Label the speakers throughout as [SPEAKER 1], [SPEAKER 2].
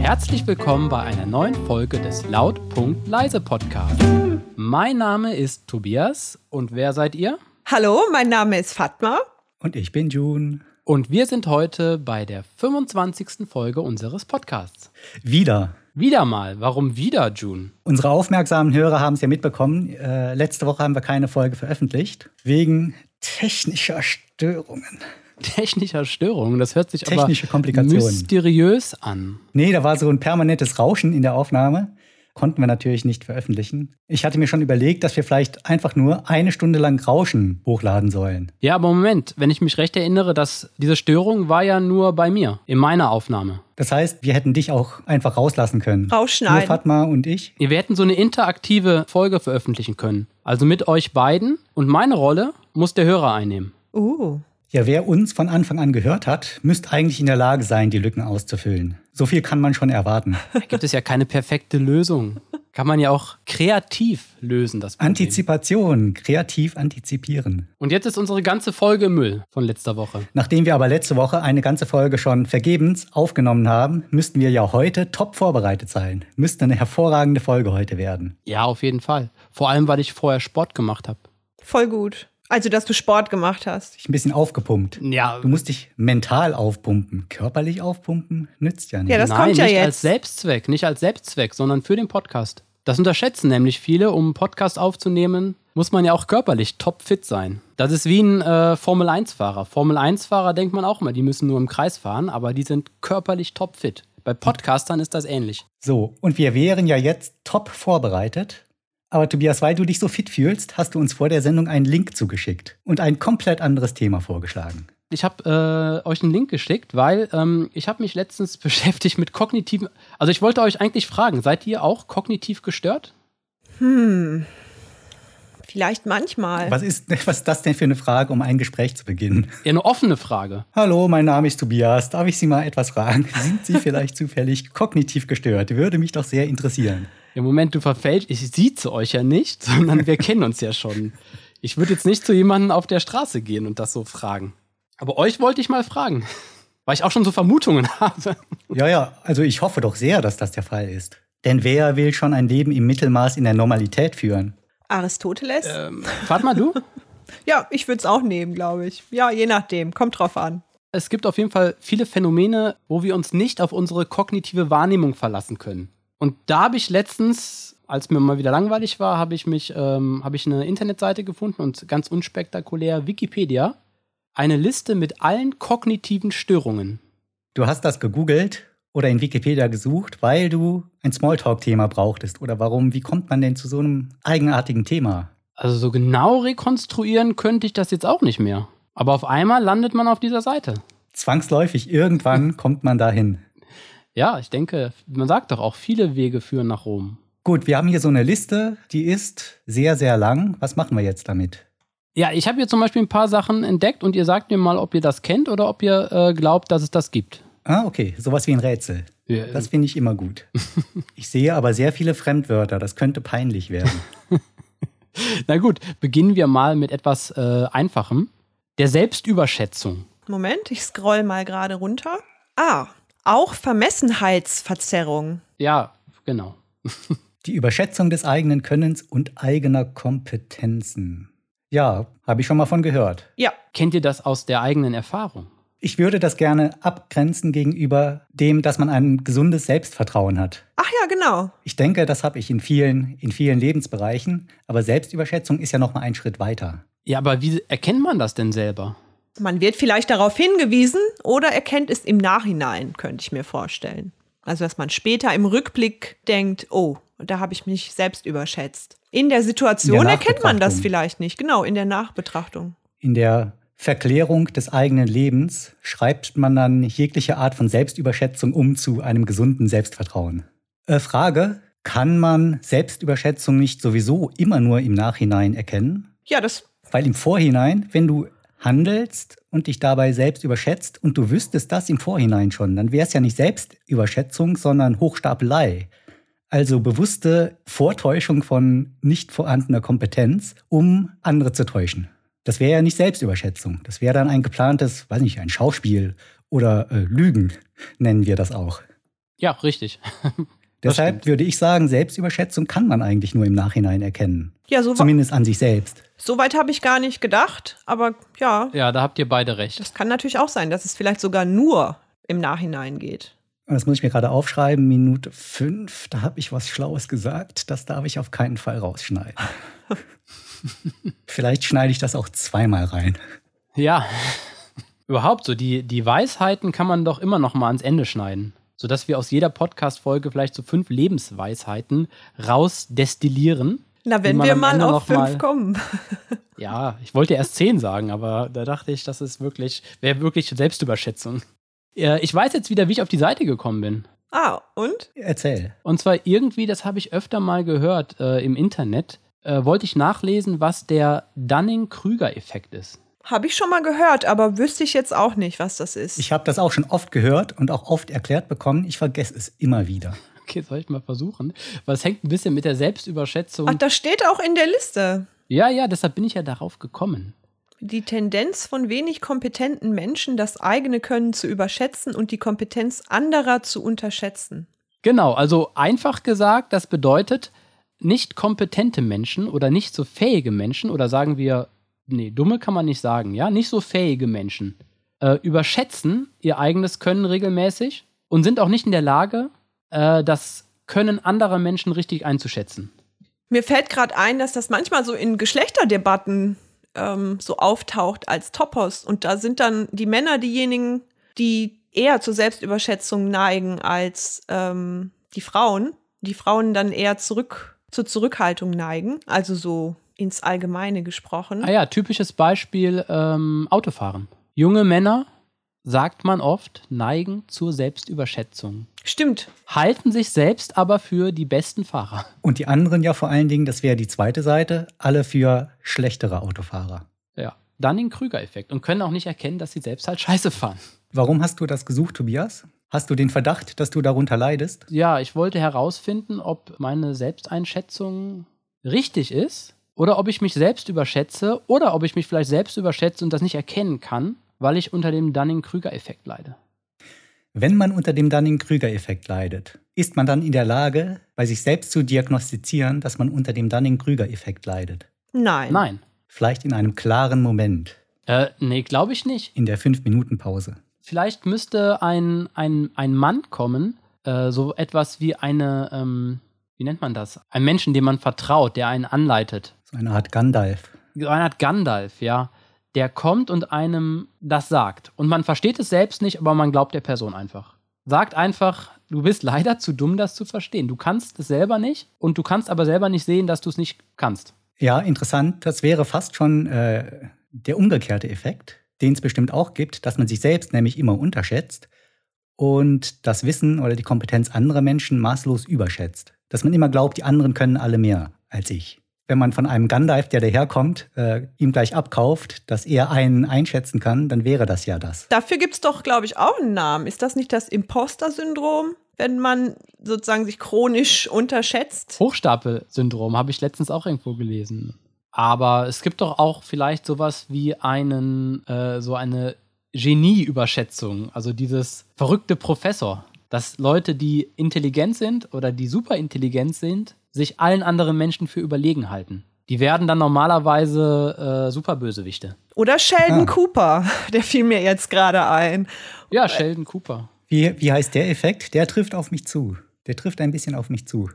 [SPEAKER 1] Herzlich willkommen bei einer neuen Folge des Laut.leise Podcasts. Mein Name ist Tobias und wer seid ihr?
[SPEAKER 2] Hallo, mein Name ist Fatma.
[SPEAKER 3] Und ich bin June.
[SPEAKER 1] Und wir sind heute bei der 25. Folge unseres Podcasts.
[SPEAKER 3] Wieder.
[SPEAKER 1] Wieder mal. Warum wieder, June?
[SPEAKER 3] Unsere aufmerksamen Hörer haben es ja mitbekommen. Äh, letzte Woche haben wir keine Folge veröffentlicht. Wegen technischer Störungen.
[SPEAKER 1] Technischer Störungen, das hört sich
[SPEAKER 3] Technische
[SPEAKER 1] aber
[SPEAKER 3] Komplikationen.
[SPEAKER 1] mysteriös an.
[SPEAKER 3] Nee, da war so ein permanentes Rauschen in der Aufnahme. Konnten wir natürlich nicht veröffentlichen. Ich hatte mir schon überlegt, dass wir vielleicht einfach nur eine Stunde lang Rauschen hochladen sollen.
[SPEAKER 1] Ja, aber Moment, wenn ich mich recht erinnere, dass diese Störung war ja nur bei mir, in meiner Aufnahme.
[SPEAKER 3] Das heißt, wir hätten dich auch einfach rauslassen können.
[SPEAKER 2] Rausschneiden.
[SPEAKER 3] Nur Fatma und ich.
[SPEAKER 1] Wir hätten so eine interaktive Folge veröffentlichen können. Also mit euch beiden und meine Rolle muss der Hörer einnehmen.
[SPEAKER 2] Uh,
[SPEAKER 3] Ja, wer uns von Anfang an gehört hat, müsste eigentlich in der Lage sein, die Lücken auszufüllen. So viel kann man schon erwarten.
[SPEAKER 1] Da gibt es ja keine perfekte Lösung. Kann man ja auch kreativ lösen, das Problem.
[SPEAKER 3] Antizipation, kreativ antizipieren.
[SPEAKER 1] Und jetzt ist unsere ganze Folge im Müll von letzter Woche.
[SPEAKER 3] Nachdem wir aber letzte Woche eine ganze Folge schon vergebens aufgenommen haben, müssten wir ja heute top vorbereitet sein. Müsste eine hervorragende Folge heute werden.
[SPEAKER 1] Ja, auf jeden Fall. Vor allem, weil ich vorher Sport gemacht habe.
[SPEAKER 2] voll gut. Also, dass du Sport gemacht hast.
[SPEAKER 3] Dich ein bisschen aufgepumpt.
[SPEAKER 1] Ja,
[SPEAKER 3] Du musst dich mental aufpumpen. Körperlich aufpumpen nützt ja nicht.
[SPEAKER 2] Ja, das
[SPEAKER 1] nein,
[SPEAKER 2] kommt ja
[SPEAKER 1] nicht
[SPEAKER 2] jetzt.
[SPEAKER 1] als Selbstzweck, nicht als Selbstzweck, sondern für den Podcast. Das unterschätzen nämlich viele, um einen Podcast aufzunehmen, muss man ja auch körperlich topfit sein. Das ist wie ein äh, Formel-1-Fahrer. Formel-1-Fahrer denkt man auch mal, die müssen nur im Kreis fahren, aber die sind körperlich topfit. Bei Podcastern ist das ähnlich.
[SPEAKER 3] So, und wir wären ja jetzt top vorbereitet. Aber Tobias, weil du dich so fit fühlst, hast du uns vor der Sendung einen Link zugeschickt und ein komplett anderes Thema vorgeschlagen.
[SPEAKER 1] Ich habe äh, euch einen Link geschickt, weil ähm, ich habe mich letztens beschäftigt mit kognitiven. Also ich wollte euch eigentlich fragen, seid ihr auch kognitiv gestört?
[SPEAKER 2] Hm. Vielleicht manchmal.
[SPEAKER 3] Was ist, was ist das denn für eine Frage, um ein Gespräch zu beginnen?
[SPEAKER 1] Ja, eine offene Frage.
[SPEAKER 3] Hallo, mein Name ist Tobias. Darf ich Sie mal etwas fragen? Sind Sie vielleicht zufällig kognitiv gestört? Würde mich doch sehr interessieren.
[SPEAKER 1] Im Moment, du verfälscht, ich sieze euch ja nicht, sondern wir kennen uns ja schon. Ich würde jetzt nicht zu jemandem auf der Straße gehen und das so fragen. Aber euch wollte ich mal fragen, weil ich auch schon so Vermutungen habe.
[SPEAKER 3] Ja, ja, also ich hoffe doch sehr, dass das der Fall ist. Denn wer will schon ein Leben im Mittelmaß in der Normalität führen?
[SPEAKER 2] Aristoteles?
[SPEAKER 1] Ähm, warte mal, du?
[SPEAKER 2] Ja, ich würde es auch nehmen, glaube ich. Ja, je nachdem. Kommt drauf an.
[SPEAKER 1] Es gibt auf jeden Fall viele Phänomene, wo wir uns nicht auf unsere kognitive Wahrnehmung verlassen können. Und da habe ich letztens, als mir mal wieder langweilig war, habe ich mich, ähm, habe ich eine Internetseite gefunden und ganz unspektakulär Wikipedia, eine Liste mit allen kognitiven Störungen.
[SPEAKER 3] Du hast das gegoogelt oder in Wikipedia gesucht, weil du ein Smalltalk-Thema brauchtest. Oder warum? Wie kommt man denn zu so einem eigenartigen Thema?
[SPEAKER 1] Also so genau rekonstruieren könnte ich das jetzt auch nicht mehr. Aber auf einmal landet man auf dieser Seite.
[SPEAKER 3] Zwangsläufig, irgendwann kommt man dahin.
[SPEAKER 1] Ja, ich denke, man sagt doch auch, viele Wege führen nach Rom.
[SPEAKER 3] Gut, wir haben hier so eine Liste, die ist sehr, sehr lang. Was machen wir jetzt damit?
[SPEAKER 1] Ja, ich habe hier zum Beispiel ein paar Sachen entdeckt und ihr sagt mir mal, ob ihr das kennt oder ob ihr äh, glaubt, dass es das gibt.
[SPEAKER 3] Ah, okay, sowas wie ein Rätsel.
[SPEAKER 1] Ja,
[SPEAKER 3] Das finde ich immer gut. Ich sehe aber sehr viele Fremdwörter. Das könnte peinlich werden.
[SPEAKER 1] Na gut, beginnen wir mal mit etwas äh, Einfachem. Der Selbstüberschätzung.
[SPEAKER 2] Moment, ich scroll mal gerade runter. Ah, auch Vermessenheitsverzerrung.
[SPEAKER 1] Ja, genau.
[SPEAKER 3] Die Überschätzung des eigenen Könnens und eigener Kompetenzen. Ja, habe ich schon mal von gehört.
[SPEAKER 2] Ja,
[SPEAKER 1] Kennt ihr das aus der eigenen Erfahrung?
[SPEAKER 3] Ich würde das gerne abgrenzen gegenüber dem, dass man ein gesundes Selbstvertrauen hat.
[SPEAKER 2] ach ja, genau.
[SPEAKER 3] Ich denke, das habe ich in vielen, in vielen Lebensbereichen. Aber Selbstüberschätzung ist ja noch mal ein Schritt weiter.
[SPEAKER 1] Ja, aber wie erkennt man das denn selber?
[SPEAKER 2] Man wird vielleicht darauf hingewiesen oder erkennt es im Nachhinein, könnte ich mir vorstellen. Also, dass man später im Rückblick denkt, oh, da habe ich mich selbst überschätzt. In der Situation
[SPEAKER 3] In der
[SPEAKER 2] erkennt man das
[SPEAKER 3] Nachbetrachtung.
[SPEAKER 2] vielleicht nicht, genau, in der Nachbetrachtung.
[SPEAKER 3] In der Verklärung des eigenen Lebens schreibt man dann jegliche Art von Selbstüberschätzung um zu einem gesunden Selbstvertrauen. Äh, Frage, kann man Selbstüberschätzung nicht sowieso immer nur im Nachhinein erkennen?
[SPEAKER 2] Ja, das,
[SPEAKER 3] Weil im Vorhinein, wenn du handelst und dich dabei selbst überschätzt und du wüsstest das im Vorhinein schon, dann wäre es ja nicht Selbstüberschätzung, sondern Hochstapelei. Also bewusste Vortäuschung von nicht vorhandener Kompetenz, um andere zu täuschen. Das wäre ja nicht Selbstüberschätzung. Das wäre dann ein geplantes, weiß nicht, ein Schauspiel oder äh, Lügen nennen wir das auch.
[SPEAKER 1] Ja, richtig.
[SPEAKER 3] Deshalb würde ich sagen, Selbstüberschätzung kann man eigentlich nur im Nachhinein erkennen.
[SPEAKER 2] Ja, so, wa-
[SPEAKER 3] Zumindest an sich selbst.
[SPEAKER 2] so weit habe ich gar nicht gedacht, aber ja,
[SPEAKER 1] Ja, da habt ihr beide recht.
[SPEAKER 2] das kann natürlich auch sein, dass es vielleicht sogar nur im Nachhinein geht.
[SPEAKER 3] Und das muss ich mir gerade aufschreiben, Minute fünf, da habe ich was Schlaues gesagt. Das darf ich auf keinen Fall rausschneiden. Vielleicht schneide ich das auch zweimal rein.
[SPEAKER 1] Ja. Überhaupt so, die, die Weisheiten kann man doch immer noch mal ans Ende schneiden. Sodass wir aus jeder Podcast-Folge vielleicht so fünf Lebensweisheiten rausdestillieren.
[SPEAKER 2] Na,
[SPEAKER 1] die
[SPEAKER 2] wenn
[SPEAKER 1] man
[SPEAKER 2] wir
[SPEAKER 1] am
[SPEAKER 2] mal
[SPEAKER 1] Ende
[SPEAKER 2] auf
[SPEAKER 1] noch
[SPEAKER 2] fünf
[SPEAKER 1] mal-
[SPEAKER 2] kommen.
[SPEAKER 1] Ja, ich wollte erst zehn sagen, aber da dachte ich, das ist wirklich, wäre wirklich Selbstüberschätzung. Äh, Ich weiß jetzt wieder, wie ich auf die Seite gekommen bin.
[SPEAKER 2] Ah, und?
[SPEAKER 3] Erzähl.
[SPEAKER 1] Und zwar irgendwie, das habe ich öfter mal gehört äh, im Internet, äh, wollte ich nachlesen, was der Dunning-Krüger-Effekt ist.
[SPEAKER 2] Habe ich schon mal gehört, aber wüsste ich jetzt auch nicht, was das ist.
[SPEAKER 3] Ich habe das auch schon oft gehört und auch oft erklärt bekommen. Ich vergesse es immer wieder.
[SPEAKER 1] Okay, soll ich mal versuchen? Weil es hängt ein bisschen mit der Selbstüberschätzung.
[SPEAKER 2] Ach, das steht auch in der Liste.
[SPEAKER 1] ja, ja, deshalb bin ich ja darauf gekommen.
[SPEAKER 2] Die Tendenz von wenig kompetenten Menschen, das eigene Können zu überschätzen und die Kompetenz anderer zu unterschätzen.
[SPEAKER 1] Genau, also einfach gesagt, das bedeutet, nicht kompetente Menschen oder nicht so fähige Menschen oder sagen wir, nee, dumme kann man nicht sagen, ja, nicht so fähige Menschen äh, überschätzen ihr eigenes Können regelmäßig und sind auch nicht in der Lage, äh, das Können anderer Menschen richtig einzuschätzen.
[SPEAKER 2] Mir fällt gerade ein, dass das manchmal so in Geschlechterdebatten ähm, so auftaucht als Topos. Und da sind dann die Männer diejenigen, die eher zur Selbstüberschätzung neigen als ähm, die Frauen. Die Frauen dann eher zurück zur Zurückhaltung neigen. Also so ins Allgemeine gesprochen.
[SPEAKER 1] Ah ja, typisches Beispiel ähm, Autofahren. Junge Männer, sagt man oft, neigen zur Selbstüberschätzung,
[SPEAKER 2] Stimmt.
[SPEAKER 1] halten sich selbst aber für die besten Fahrer.
[SPEAKER 3] Und die anderen ja vor allen Dingen, das wäre die zweite Seite, alle für schlechtere Autofahrer.
[SPEAKER 1] Ja, dann den Krüger-Effekt und können auch nicht erkennen, dass sie selbst halt scheiße fahren.
[SPEAKER 3] Warum hast du das gesucht, Tobias? Hast du den Verdacht, dass du darunter leidest?
[SPEAKER 1] Ja, ich wollte herausfinden, ob meine Selbsteinschätzung richtig ist oder ob ich mich selbst überschätze oder ob ich mich vielleicht selbst überschätze und das nicht erkennen kann, weil ich unter dem Dunning-Krüger-Effekt leide.
[SPEAKER 3] Wenn man unter dem Dunning-Krüger-Effekt leidet, ist man dann in der Lage, bei sich selbst zu diagnostizieren, dass man unter dem Dunning-Krüger-Effekt leidet.
[SPEAKER 2] Nein.
[SPEAKER 1] Nein.
[SPEAKER 3] Vielleicht in einem klaren Moment,
[SPEAKER 1] Äh, nee, glaube ich nicht.
[SPEAKER 3] in der 5-Minuten-Pause.
[SPEAKER 1] Vielleicht müsste ein, ein, ein Mann kommen, äh, so etwas wie eine, ähm, wie nennt man das? Ein Menschen, dem man vertraut, der einen anleitet.
[SPEAKER 3] So eine Art Gandalf.
[SPEAKER 1] so eine Art Gandalf, ja, der kommt und einem das sagt. Und man versteht es selbst nicht, aber man glaubt der Person einfach. Sagt einfach, du bist leider zu dumm, das zu verstehen. Du kannst es selber nicht und du kannst aber selber nicht sehen, dass du es nicht kannst.
[SPEAKER 3] Ja, interessant. Das wäre fast schon äh, der umgekehrte Effekt, den es bestimmt auch gibt, dass man sich selbst nämlich immer unterschätzt und das Wissen oder die Kompetenz anderer Menschen maßlos überschätzt. Dass man immer glaubt, die anderen können alle mehr als ich. Wenn man von einem Gandalf, der daherkommt, äh, ihm gleich abkauft, dass er einen einschätzen kann, dann wäre das ja das.
[SPEAKER 2] Dafür gibt es doch, glaube ich, auch einen Namen. Ist das nicht das Imposter-Syndrom, wenn man sozusagen sich chronisch
[SPEAKER 1] Oh.
[SPEAKER 2] unterschätzt?
[SPEAKER 1] Hochstapel-Syndrom habe ich letztens auch irgendwo gelesen. Aber es gibt doch auch vielleicht sowas wie einen, äh, so eine Genie-Überschätzung, also dieses verrückte Professor, dass Leute, die intelligent sind oder die super intelligent sind, sich allen anderen Menschen für überlegen halten. Die werden dann normalerweise äh, Superbösewichte.
[SPEAKER 2] Oder Sheldon
[SPEAKER 3] Ah.
[SPEAKER 2] Cooper, der fiel mir jetzt gerade ein.
[SPEAKER 1] Ja, Sheldon Cooper.
[SPEAKER 3] Wie, wie heißt der Effekt? Der trifft auf mich zu. Der trifft ein bisschen auf mich zu.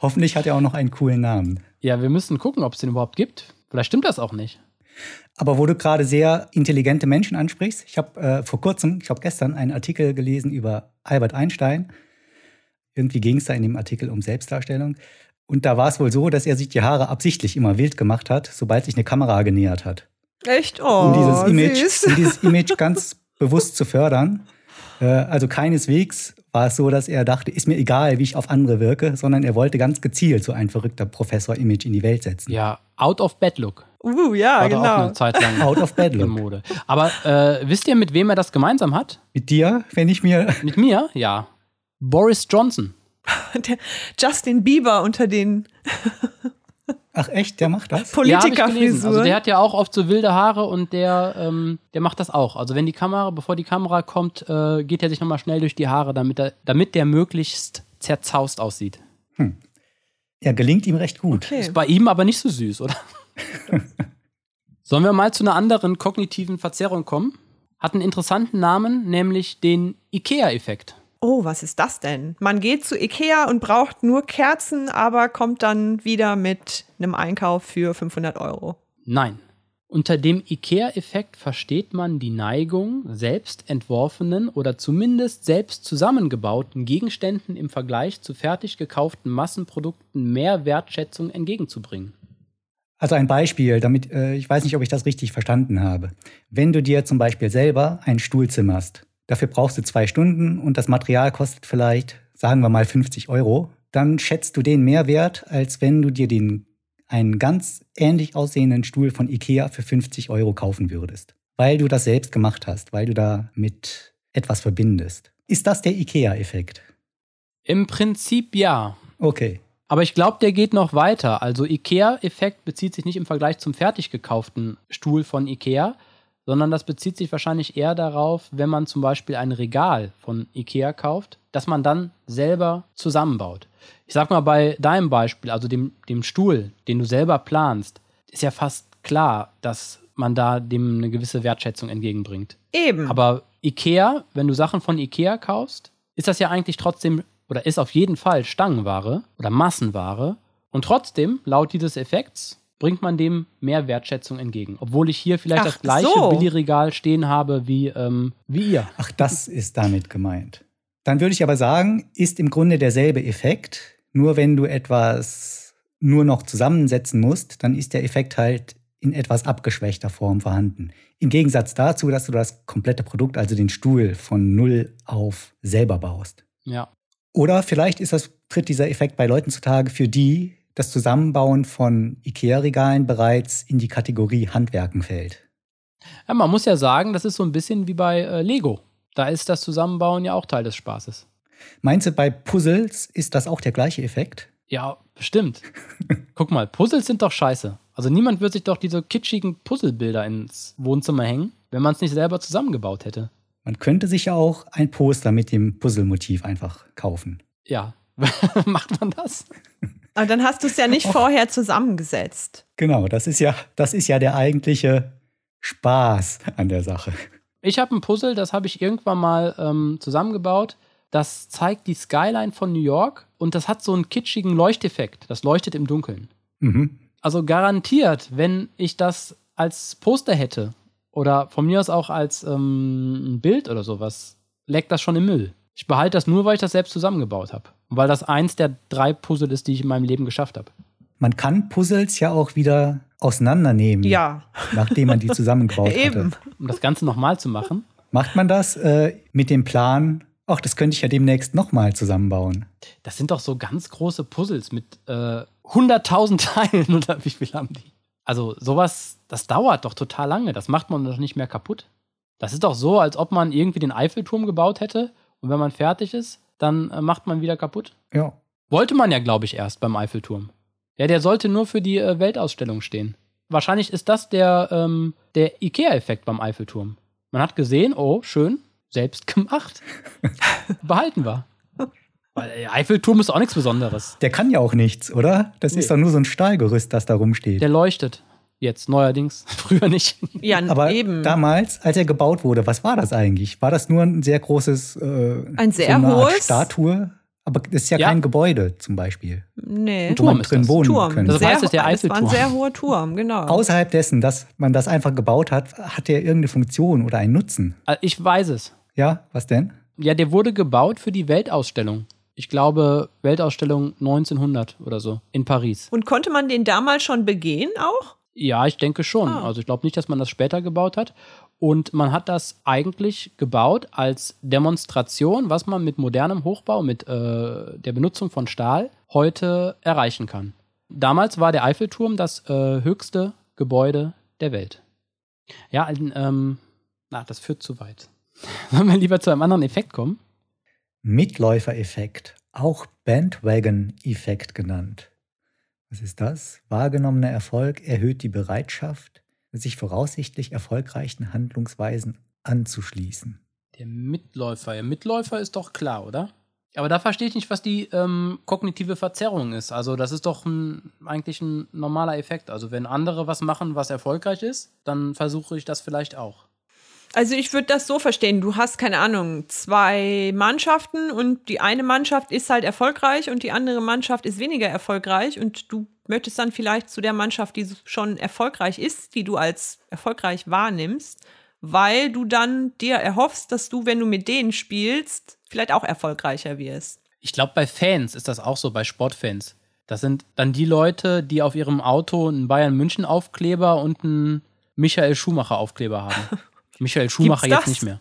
[SPEAKER 3] Hoffentlich hat er auch noch einen coolen Namen.
[SPEAKER 1] Ja, wir müssen gucken, ob es den überhaupt gibt. Vielleicht stimmt das auch nicht.
[SPEAKER 3] Aber wo du gerade sehr intelligente Menschen ansprichst, ich habe äh, vor kurzem, ich habe gestern einen Artikel gelesen über Albert Einstein. Irgendwie ging es da in dem Artikel um Selbstdarstellung. Und da war es wohl so, dass er sich die Haare absichtlich immer wild gemacht hat, sobald sich eine Kamera genähert hat.
[SPEAKER 2] Echt?
[SPEAKER 3] Um
[SPEAKER 2] Oh,
[SPEAKER 3] dieses Image,
[SPEAKER 2] süß.
[SPEAKER 3] um dieses Image ganz bewusst zu fördern. Äh, also keineswegs war es so, dass er dachte, ist mir egal, wie ich auf andere wirke, sondern er wollte ganz gezielt so ein verrückter Professor-Image in die Welt setzen.
[SPEAKER 1] Ja, out of bed look.
[SPEAKER 2] Uh, ja,
[SPEAKER 1] War da auch
[SPEAKER 2] genau.
[SPEAKER 1] eine Zeit lang.
[SPEAKER 3] Out of bed
[SPEAKER 1] in
[SPEAKER 3] look.
[SPEAKER 1] Mode. Aber äh, wisst ihr, mit wem er das gemeinsam hat?
[SPEAKER 3] Mit dir, wenn ich mir
[SPEAKER 1] Mit mir? Ja. Boris Johnson.
[SPEAKER 2] Der Justin Bieber unter den
[SPEAKER 3] Ach echt, der macht das?
[SPEAKER 1] ja, hab ich gelesen.
[SPEAKER 2] Politikerfrisur.
[SPEAKER 1] Also der hat ja auch oft so wilde Haare und der, ähm, der macht das auch. Also wenn die Kamera, bevor die Kamera kommt, äh, geht er sich nochmal schnell durch die Haare, damit, er, damit der möglichst zerzaust aussieht.
[SPEAKER 3] Ja, gelingt ihm recht gut.
[SPEAKER 2] okay.
[SPEAKER 1] Ist bei ihm aber nicht so süß, oder? Sollen wir mal zu einer anderen kognitiven Verzerrung kommen? Hat einen interessanten Namen, nämlich den IKEA-Effekt.
[SPEAKER 2] Oh, was ist das denn? Man geht zu Ikea und braucht nur Kerzen, aber kommt dann wieder mit einem Einkauf für 500 Euro.
[SPEAKER 1] Nein. Unter dem IKEA-Effekt versteht man die Neigung, selbst entworfenen oder zumindest selbst zusammengebauten Gegenständen im Vergleich zu fertig gekauften Massenprodukten mehr Wertschätzung entgegenzubringen.
[SPEAKER 3] Also ein Beispiel, damit äh, ich weiß nicht, ob ich das richtig verstanden habe. Wenn du dir zum Beispiel selber einen Stuhl zimmerst, dafür brauchst du zwei Stunden und das Material kostet vielleicht, sagen wir mal, 50 Euro, dann schätzt du den mehr wert, als wenn du dir den, einen ganz ähnlich aussehenden Stuhl von Ikea für 50 Euro kaufen würdest. Weil du das selbst gemacht hast, weil du da mit etwas verbindest. Ist das der Ikea-Effekt?
[SPEAKER 1] Im Prinzip ja.
[SPEAKER 3] Okay.
[SPEAKER 1] Aber ich glaube, der geht noch weiter. Also IKEA-Effekt bezieht sich nicht im Vergleich zum fertig gekauften Stuhl von IKEA, sondern das bezieht sich wahrscheinlich eher darauf, wenn man zum Beispiel ein Regal von IKEA kauft, dass man dann selber zusammenbaut. Ich sag mal bei deinem Beispiel, also dem, dem Stuhl, den du selber planst, ist ja fast klar, dass man da dem eine gewisse Wertschätzung entgegenbringt.
[SPEAKER 2] Eben.
[SPEAKER 1] Aber Ikea, wenn du Sachen von Ikea kaufst, ist das ja eigentlich trotzdem oder ist auf jeden Fall Stangenware oder Massenware. Und trotzdem, laut dieses Effekts, bringt man dem mehr Wertschätzung entgegen. Obwohl ich hier vielleicht
[SPEAKER 2] Ach,
[SPEAKER 1] das gleiche
[SPEAKER 2] so.
[SPEAKER 1] Billigregal stehen habe wie, ähm, wie ihr.
[SPEAKER 3] Ach, das ist damit gemeint. Dann würde ich aber sagen, ist im Grunde derselbe Effekt. Nur wenn du etwas nur noch zusammensetzen musst, dann ist der Effekt halt in etwas abgeschwächter Form vorhanden. Im Gegensatz dazu, dass du das komplette Produkt, also den Stuhl, von null auf selber baust.
[SPEAKER 1] Ja.
[SPEAKER 3] Oder vielleicht ist das, tritt dieser Effekt bei Leuten zutage, für die das Zusammenbauen von IKEA-Regalen bereits in die Kategorie Handwerken fällt.
[SPEAKER 1] ja. Man muss ja sagen, das ist so ein bisschen wie bei äh, Lego. Da ist das Zusammenbauen ja auch Teil des Spaßes.
[SPEAKER 3] Meinst du, bei Puzzles ist das auch der gleiche Effekt?
[SPEAKER 1] Ja, bestimmt. Guck mal, Puzzles sind doch scheiße. Also niemand wird sich doch diese kitschigen Puzzlebilder ins Wohnzimmer hängen, wenn man es nicht selber zusammengebaut hätte.
[SPEAKER 3] Man könnte sich ja auch ein Poster mit dem Puzzle-Motiv einfach kaufen.
[SPEAKER 1] Ja. Macht man das?
[SPEAKER 2] Aber dann hast du es ja nicht
[SPEAKER 1] Oh.
[SPEAKER 2] vorher zusammengesetzt.
[SPEAKER 3] Genau, das ist ja, das ist ja der eigentliche Spaß an der Sache.
[SPEAKER 1] Ich habe ein Puzzle, das habe ich irgendwann mal ähm, zusammengebaut. Das zeigt die Skyline von New York und das hat so einen kitschigen Leuchteffekt. Das leuchtet im Dunkeln.
[SPEAKER 3] Mhm.
[SPEAKER 1] Also garantiert, wenn ich das als Poster hätte oder von mir aus auch als ähm, ein Bild oder sowas, leckt das schon im Müll. Ich behalte das nur, weil ich das selbst zusammengebaut habe. Und weil das eins der drei Puzzle ist, die ich in meinem Leben geschafft habe.
[SPEAKER 3] Man kann Puzzles ja auch wieder
[SPEAKER 1] Hm.
[SPEAKER 3] auseinandernehmen,
[SPEAKER 2] Ja,
[SPEAKER 3] nachdem man die zusammengebaut
[SPEAKER 2] eben.
[SPEAKER 3] hatte.
[SPEAKER 1] Um das Ganze nochmal zu machen.
[SPEAKER 3] Macht man das äh, mit dem Plan, ach, das könnte ich ja demnächst nochmal zusammenbauen.
[SPEAKER 1] Das sind doch so ganz große Puzzles mit äh, 100.000 Teilen oder wie viel haben die? Also sowas, das dauert doch total lange. Das macht man doch nicht mehr kaputt. Das ist doch so, als ob man irgendwie den Eiffelturm gebaut hätte und wenn man fertig ist, dann äh, macht man wieder kaputt.
[SPEAKER 3] Ja.
[SPEAKER 1] Wollte man ja, glaube ich, erst beim Eiffelturm. Ja, der sollte nur für die äh, Weltausstellung stehen. Wahrscheinlich ist das der, ähm, der Ikea-Effekt beim Eiffelturm. Man hat gesehen, oh, schön, selbst gemacht. Behalten wir. Weil äh, Eiffelturm ist auch nichts Besonderes.
[SPEAKER 3] Der kann ja auch nichts, oder? Das
[SPEAKER 1] Nee.
[SPEAKER 3] ist doch nur so ein Stahlgerüst, das da rumsteht.
[SPEAKER 1] Der leuchtet. Jetzt neuerdings, früher nicht.
[SPEAKER 2] Ja,
[SPEAKER 3] Aber
[SPEAKER 2] eben.
[SPEAKER 3] damals, als er gebaut wurde, was war das eigentlich? War das nur ein sehr großes, äh,
[SPEAKER 2] Ein sehr
[SPEAKER 3] eine Art
[SPEAKER 2] hohes-
[SPEAKER 3] Statue? Aber das ist ja,
[SPEAKER 1] Ja.
[SPEAKER 3] kein Gebäude zum Beispiel,
[SPEAKER 2] nee.
[SPEAKER 1] Turm
[SPEAKER 3] wo man
[SPEAKER 1] ist
[SPEAKER 3] drin
[SPEAKER 1] das.
[SPEAKER 3] wohnen
[SPEAKER 2] Turm.
[SPEAKER 3] könnte.
[SPEAKER 1] Das heißt, es ist der
[SPEAKER 2] ho- das war ein
[SPEAKER 1] Eiffelturm.
[SPEAKER 2] sehr hoher Turm, genau.
[SPEAKER 3] Außerhalb dessen, dass man das einfach gebaut hat, hat er irgendeine Funktion oder einen Nutzen.
[SPEAKER 1] Äh, Ich weiß es.
[SPEAKER 3] Ja, was denn?
[SPEAKER 1] Ja, der wurde gebaut für die Weltausstellung. Ich glaube, Weltausstellung 1900 oder so in Paris.
[SPEAKER 2] und konnte man den damals schon begehen auch?
[SPEAKER 1] Ja, ich denke schon.
[SPEAKER 2] Ah.
[SPEAKER 1] Also ich glaube nicht, dass man das später gebaut hat. Und man hat das eigentlich gebaut als Demonstration, was man mit modernem Hochbau, mit äh, der Benutzung von Stahl heute erreichen kann. Damals war der Eiffelturm das äh, höchste Gebäude der Welt. Ja, ein, ähm, na, das führt zu weit. Sollen wir lieber zu einem anderen Effekt kommen?
[SPEAKER 3] Mitläufereffekt, auch Bandwagon-Effekt genannt. Was ist das? Wahrgenommener Erfolg erhöht die Bereitschaft, sich voraussichtlich erfolgreichen Handlungsweisen anzuschließen.
[SPEAKER 1] Der Mitläufer. Der Mitläufer ist doch klar, oder? Aber da verstehe ich nicht, was die ähm, kognitive Verzerrung ist. Also das ist doch ein, eigentlich ein normaler Effekt. Also wenn andere was machen, was erfolgreich ist, dann versuche ich das vielleicht auch.
[SPEAKER 2] Also ich würde das so verstehen, du hast keine Ahnung, zwei Mannschaften und die eine Mannschaft ist halt erfolgreich und die andere Mannschaft ist weniger erfolgreich und du möchtest dann vielleicht zu der Mannschaft, die schon erfolgreich ist, die du als erfolgreich wahrnimmst, weil du dann dir erhoffst, dass du, wenn du mit denen spielst, vielleicht auch erfolgreicher wirst.
[SPEAKER 1] Ich glaube, bei Fans ist das auch so, bei Sportfans. Das sind dann die Leute, die auf ihrem Auto einen Bayern München Aufkleber und einen Michael Schumacher Aufkleber haben. Michael Schumacher
[SPEAKER 2] Gibt's
[SPEAKER 1] jetzt nicht
[SPEAKER 2] das?
[SPEAKER 1] mehr.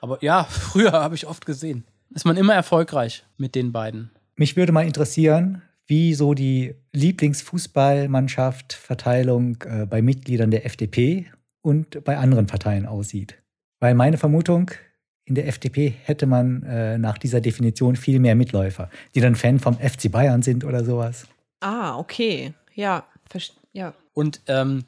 [SPEAKER 1] Aber ja, früher habe ich oft gesehen. Ist man immer erfolgreich mit den beiden.
[SPEAKER 3] Mich würde mal interessieren, wie so die Lieblingsfußballmannschaft Verteilung äh, bei Mitgliedern der FDP und bei anderen Parteien aussieht. Weil meine Vermutung, in der FDP hätte man äh, nach dieser Definition viel mehr Mitläufer, die dann Fan vom FC Bayern sind oder sowas.
[SPEAKER 2] Ah, okay. Ja, verst- ja.
[SPEAKER 1] Und ähm,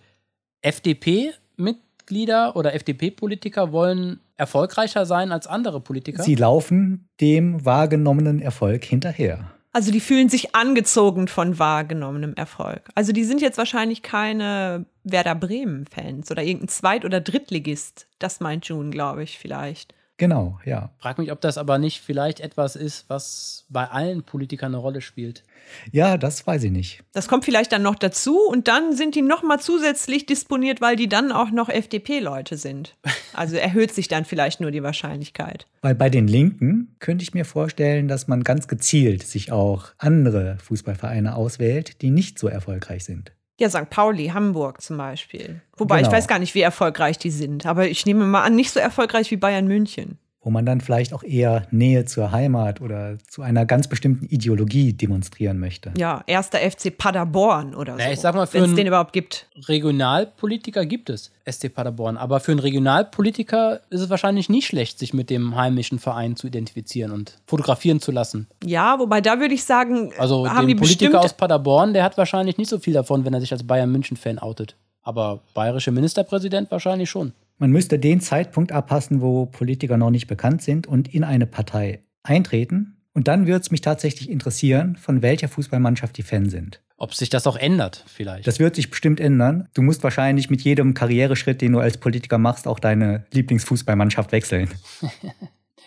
[SPEAKER 1] FDP-Mitglieder oder FDP-Politiker wollen erfolgreicher sein als andere Politiker.
[SPEAKER 3] Sie laufen dem wahrgenommenen Erfolg hinterher.
[SPEAKER 2] Also die fühlen sich angezogen von wahrgenommenem Erfolg. Also die sind jetzt wahrscheinlich keine Werder Bremen-Fans oder irgendein Zweit- oder Drittligist. Das meint June, glaube ich, vielleicht.
[SPEAKER 3] Genau, ja.
[SPEAKER 1] Frag mich, ob das aber nicht vielleicht etwas ist, was bei allen Politikern eine Rolle spielt.
[SPEAKER 3] Ja, das weiß ich nicht.
[SPEAKER 2] Das kommt vielleicht dann noch dazu und dann sind die noch mal zusätzlich disponiert, weil die dann auch noch FDP-Leute sind. Also erhöht sich dann vielleicht nur die Wahrscheinlichkeit.
[SPEAKER 3] Weil bei den Linken könnte ich mir vorstellen, dass man ganz gezielt sich auch andere Fußballvereine auswählt, die nicht so erfolgreich sind.
[SPEAKER 2] Ja, St. Pauli, Hamburg zum Beispiel. Wobei ich
[SPEAKER 3] Genau.
[SPEAKER 2] weiß gar nicht, wie erfolgreich die sind. Aber ich nehme mal an, nicht so erfolgreich wie Bayern München.
[SPEAKER 3] Wo man dann vielleicht auch eher Nähe zur Heimat oder zu einer ganz bestimmten Ideologie demonstrieren möchte.
[SPEAKER 2] Ja, erster FC Paderborn oder
[SPEAKER 1] Na,
[SPEAKER 2] so.
[SPEAKER 1] ich sag mal, für
[SPEAKER 2] wenn es
[SPEAKER 1] ein-
[SPEAKER 2] den überhaupt gibt.
[SPEAKER 1] Regionalpolitiker gibt es, SC Paderborn. Aber für einen Regionalpolitiker ist es wahrscheinlich nicht schlecht, sich mit dem heimischen Verein zu identifizieren und fotografieren zu lassen.
[SPEAKER 2] Ja, wobei da würde ich sagen,
[SPEAKER 1] Also
[SPEAKER 2] Äh, haben die
[SPEAKER 1] den
[SPEAKER 2] bestimmt.
[SPEAKER 1] Politiker aus Paderborn, der hat wahrscheinlich nicht so viel davon, wenn er sich als Bayern München Fan outet. Aber bayerischer Ministerpräsident wahrscheinlich schon.
[SPEAKER 3] Man müsste den Zeitpunkt abpassen, wo Politiker noch nicht bekannt sind und in eine Partei eintreten. Und dann würde es mich tatsächlich interessieren, von welcher Fußballmannschaft die Fan sind.
[SPEAKER 1] Ob sich das auch ändert, vielleicht.
[SPEAKER 3] Das wird sich bestimmt ändern. Du musst wahrscheinlich mit jedem Karriereschritt, den du als Politiker machst, auch deine Lieblingsfußballmannschaft wechseln.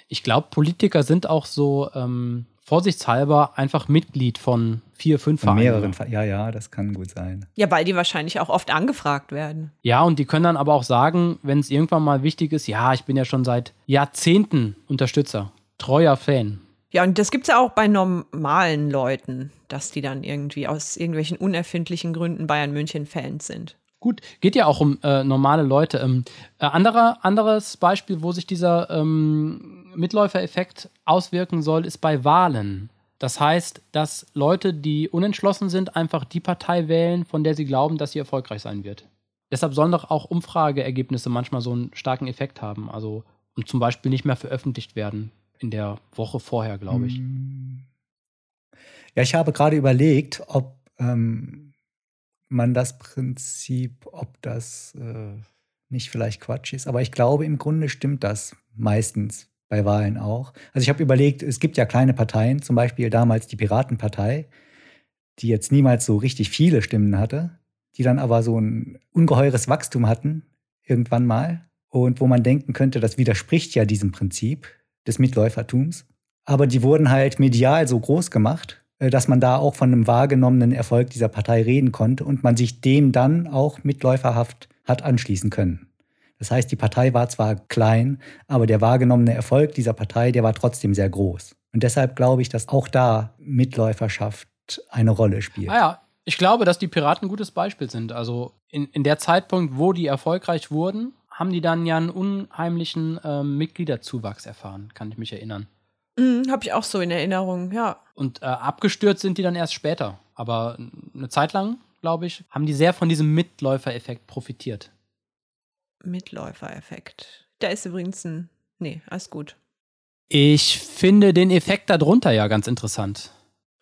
[SPEAKER 1] ich glaube, Politiker sind auch so ähm, vorsichtshalber einfach Mitglied von vier, fünf
[SPEAKER 3] Von
[SPEAKER 1] Vereinen.
[SPEAKER 3] mehreren Vereinen. Ja, ja, das kann gut sein.
[SPEAKER 2] Ja, weil die wahrscheinlich auch oft angefragt werden.
[SPEAKER 1] Ja, und die können dann aber auch sagen, wenn es irgendwann mal wichtig ist, ja, ich bin ja schon seit Jahrzehnten Unterstützer, treuer Fan.
[SPEAKER 2] Ja, und das gibt es ja auch bei normalen Leuten, dass die dann irgendwie aus irgendwelchen unerfindlichen Gründen Bayern München-Fans sind.
[SPEAKER 1] Gut, geht ja auch um äh, normale Leute. Ähm, äh, anderer, anderes Beispiel, wo sich dieser ähm, Mitläufereffekt auswirken soll, ist bei Wahlen. Das heißt, dass Leute, die unentschlossen sind, einfach die Partei wählen, von der sie glauben, dass sie erfolgreich sein wird. Deshalb sollen doch auch Umfrageergebnisse manchmal so einen starken Effekt haben. Also und zum Beispiel nicht mehr veröffentlicht werden in der Woche vorher, glaube ich.
[SPEAKER 3] Hm. Ja, ich habe gerade überlegt, ob ähm, man das Prinzip, ob das äh, nicht vielleicht Quatsch ist, aber ich glaube, im Grunde stimmt das meistens bei Wahlen auch. Also ich habe überlegt, es gibt ja kleine Parteien, zum Beispiel damals die Piratenpartei, die jetzt niemals so richtig viele Stimmen hatte, die dann aber so ein ungeheures Wachstum hatten, irgendwann mal, und wo man denken könnte, das widerspricht ja diesem Prinzip des Mitläufertums. Aber die wurden halt medial so groß gemacht, äh, dass man da auch von einem wahrgenommenen Erfolg dieser Partei reden konnte und man sich dem dann auch mitläuferhaft hat anschließen können. Das heißt, die Partei war zwar klein, aber der wahrgenommene Erfolg dieser Partei, der war trotzdem sehr groß. Und deshalb glaube ich, dass auch da Mitläuferschaft eine Rolle spielt.
[SPEAKER 1] Ah ja, ich glaube, dass die Piraten ein gutes Beispiel sind. Also in, in der Zeitpunkt, wo die erfolgreich wurden, haben die dann ja einen unheimlichen ähm, Mitgliederzuwachs erfahren, kann ich mich erinnern.
[SPEAKER 2] Mhm, Habe ich auch so in Erinnerung, ja.
[SPEAKER 1] Und äh, abgestürzt sind die dann erst später. Aber eine Zeit lang, glaube ich, haben die sehr von diesem Mitläufereffekt profitiert.
[SPEAKER 2] Mitläufereffekt. Da ist übrigens ein. Nee, alles gut.
[SPEAKER 1] Ich finde den Effekt darunter ja ganz interessant.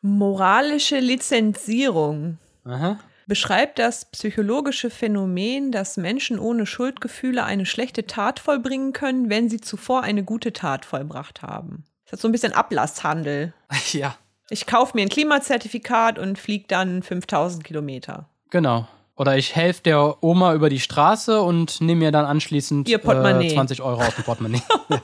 [SPEAKER 2] Moralische Lizenzierung
[SPEAKER 1] Aha.
[SPEAKER 2] beschreibt das psychologische Phänomen, dass Menschen ohne Schuldgefühle eine schlechte Tat vollbringen können, wenn sie zuvor eine gute Tat vollbracht haben. Das ist so ein bisschen Ablasshandel.
[SPEAKER 1] Ja,
[SPEAKER 2] Ich kaufe mir ein Klimazertifikat und fliege dann 5000 Kilometer.
[SPEAKER 1] genau. Oder ich helfe der Oma über die Straße und nehme mir dann anschließend
[SPEAKER 2] Ihr Portemonnaie.
[SPEAKER 1] 20 Euro aus dem Portemonnaie. Ja.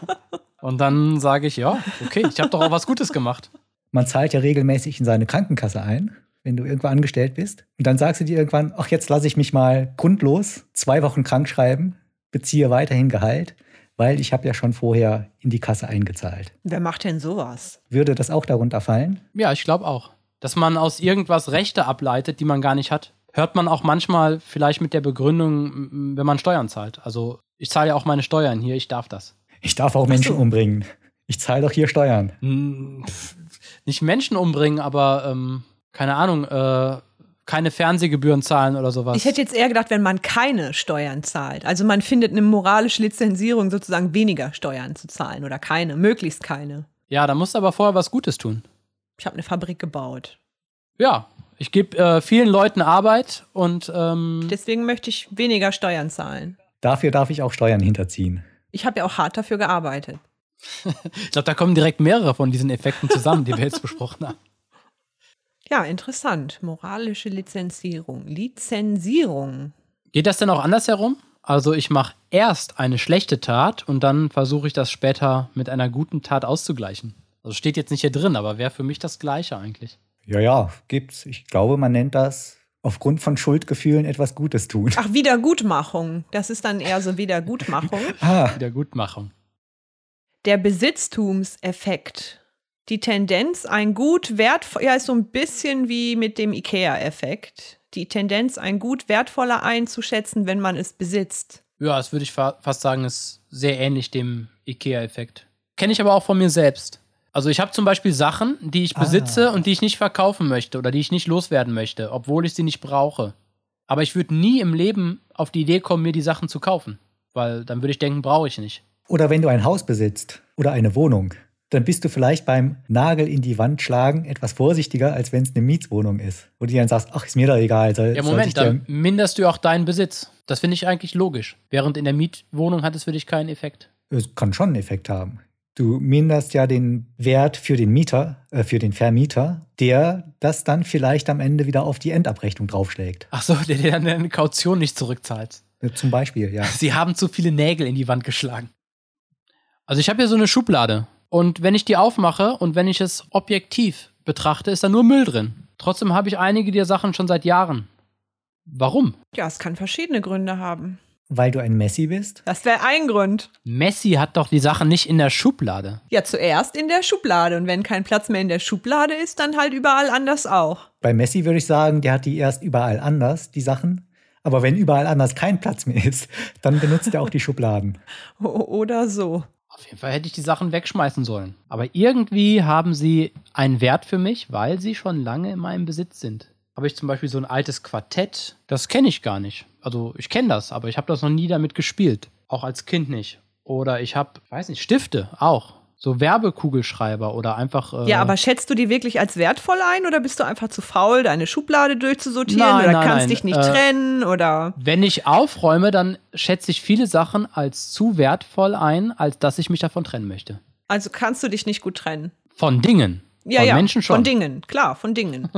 [SPEAKER 1] und dann sage ich, ja, okay, ich habe doch auch was Gutes gemacht.
[SPEAKER 3] Man zahlt ja regelmäßig in seine Krankenkasse ein, wenn du irgendwo angestellt bist. Und dann sagst du dir irgendwann, ach, jetzt lasse ich mich mal grundlos zwei Wochen krank schreiben, beziehe weiterhin Gehalt, weil ich habe ja schon vorher in die Kasse eingezahlt.
[SPEAKER 2] Wer macht denn sowas?
[SPEAKER 3] Würde das auch darunter fallen?
[SPEAKER 1] Ja, ich glaube auch. Dass man aus irgendwas Rechte ableitet, die man gar nicht hat, hört man auch manchmal vielleicht mit der Begründung, m- m, wenn man Steuern zahlt. Also ich zahle ja auch meine Steuern hier, ich darf das.
[SPEAKER 3] Ich darf auch Menschen
[SPEAKER 2] so.
[SPEAKER 3] umbringen. Ich zahle doch hier Steuern.
[SPEAKER 1] Hm, pff, Nicht Menschen umbringen, aber ähm, keine Ahnung, äh, keine Fernsehgebühren zahlen oder sowas.
[SPEAKER 2] Ich hätte jetzt eher gedacht, wenn man keine Steuern zahlt. Also man findet eine moralische Lizenzierung, sozusagen weniger Steuern zu zahlen oder keine, möglichst keine.
[SPEAKER 1] ja, da musst du aber vorher was Gutes tun.
[SPEAKER 2] Ich habe eine Fabrik gebaut.
[SPEAKER 1] Ja, ich gebe äh, vielen Leuten Arbeit und ähm,
[SPEAKER 2] Deswegen möchte ich weniger Steuern zahlen.
[SPEAKER 3] Dafür darf ich auch Steuern hinterziehen.
[SPEAKER 2] Ich habe ja auch hart dafür gearbeitet.
[SPEAKER 1] ich glaube, da kommen direkt mehrere von diesen Effekten zusammen, die wir jetzt besprochen haben.
[SPEAKER 2] Ja, interessant. Moralische Lizenzierung. Lizenzierung.
[SPEAKER 1] Geht das denn auch andersherum? Also ich mache erst eine schlechte Tat und dann versuche ich das später mit einer guten Tat auszugleichen. Also steht jetzt nicht hier drin, aber wäre für mich das Gleiche eigentlich.
[SPEAKER 3] Ja, ja, gibt's. Ich glaube, man nennt das aufgrund von Schuldgefühlen etwas Gutes tun.
[SPEAKER 2] Ach, Wiedergutmachung. Das ist dann eher so Wiedergutmachung.
[SPEAKER 3] Ah,
[SPEAKER 1] Wiedergutmachung.
[SPEAKER 2] Der Besitztumseffekt. Die Tendenz, ein Gut wertvoll, ja, ist so ein bisschen wie mit dem IKEA-Effekt. Die Tendenz, ein Gut wertvoller einzuschätzen, wenn man es besitzt.
[SPEAKER 1] Ja, das würde ich fa fast sagen, ist sehr ähnlich dem IKEA-Effekt. Kenne ich aber auch von mir selbst. Also ich habe zum Beispiel Sachen, die ich besitze und die ich nicht verkaufen möchte oder die ich nicht loswerden möchte, obwohl ich sie nicht brauche. Aber ich würde nie im Leben auf die Idee kommen, mir die Sachen zu kaufen, weil dann würde ich denken, brauche ich nicht.
[SPEAKER 3] Oder wenn du ein Haus besitzt oder eine Wohnung, dann bist du vielleicht beim Nagel in die Wand schlagen etwas vorsichtiger, als wenn es eine Mietswohnung ist. Wo du dann sagst, ach, ist mir doch egal. Soll,
[SPEAKER 1] Ja,
[SPEAKER 3] soll sich
[SPEAKER 1] Moment,
[SPEAKER 3] der-
[SPEAKER 1] dann minderst du auch deinen Besitz. Das finde ich eigentlich logisch. Während in der Mietwohnung hat es für dich keinen Effekt.
[SPEAKER 3] es kann schon einen Effekt haben. Du minderst ja den Wert für den Mieter, äh, für den Vermieter, der das dann vielleicht am Ende wieder auf die Endabrechnung draufschlägt.
[SPEAKER 1] Ach so, der dir dann deine Kaution nicht zurückzahlt.
[SPEAKER 3] Äh, Zum Beispiel, ja.
[SPEAKER 1] Sie haben zu viele Nägel in die Wand geschlagen. Also ich habe hier so eine Schublade. Und wenn ich die aufmache und wenn ich es objektiv betrachte, ist da nur Müll drin. Trotzdem habe ich einige der Sachen schon seit Jahren. Warum?
[SPEAKER 2] Ja, es kann verschiedene Gründe haben.
[SPEAKER 3] Weil du ein Messi bist?
[SPEAKER 2] Das wäre ein Grund.
[SPEAKER 1] Messi hat doch die Sachen nicht in der Schublade.
[SPEAKER 2] Ja, zuerst in der Schublade. Und wenn kein Platz mehr in der Schublade ist, dann halt überall anders auch.
[SPEAKER 3] Bei Messi würde ich sagen, der hat die erst überall anders, die Sachen. Aber wenn überall anders kein Platz mehr ist, dann benutzt er auch die Schubladen.
[SPEAKER 2] O oder so.
[SPEAKER 1] Auf jeden Fall hätte ich die Sachen wegschmeißen sollen. Aber irgendwie haben sie einen Wert für mich, weil sie schon lange in meinem Besitz sind. Habe ich zum Beispiel so ein altes Quartett, das kenne ich gar nicht. Also ich kenne das, aber ich habe das noch nie damit gespielt. Auch als Kind nicht. Oder ich habe, ich weiß nicht, Stifte auch. So Werbekugelschreiber oder einfach. Äh,
[SPEAKER 2] Ja, aber schätzt du die wirklich als wertvoll ein oder bist du einfach zu faul, deine Schublade durchzusortieren
[SPEAKER 1] Nein,
[SPEAKER 2] oder
[SPEAKER 1] nein,
[SPEAKER 2] kannst
[SPEAKER 1] nein,
[SPEAKER 2] dich nicht
[SPEAKER 1] äh,
[SPEAKER 2] trennen oder
[SPEAKER 1] Wenn ich aufräume, dann schätze ich viele Sachen als zu wertvoll ein, als dass ich mich davon trennen möchte.
[SPEAKER 2] also kannst du dich nicht gut trennen?
[SPEAKER 1] Von Dingen.
[SPEAKER 2] Ja,
[SPEAKER 1] von
[SPEAKER 2] ja,
[SPEAKER 1] Menschen schon.
[SPEAKER 2] von Dingen, klar, von Dingen.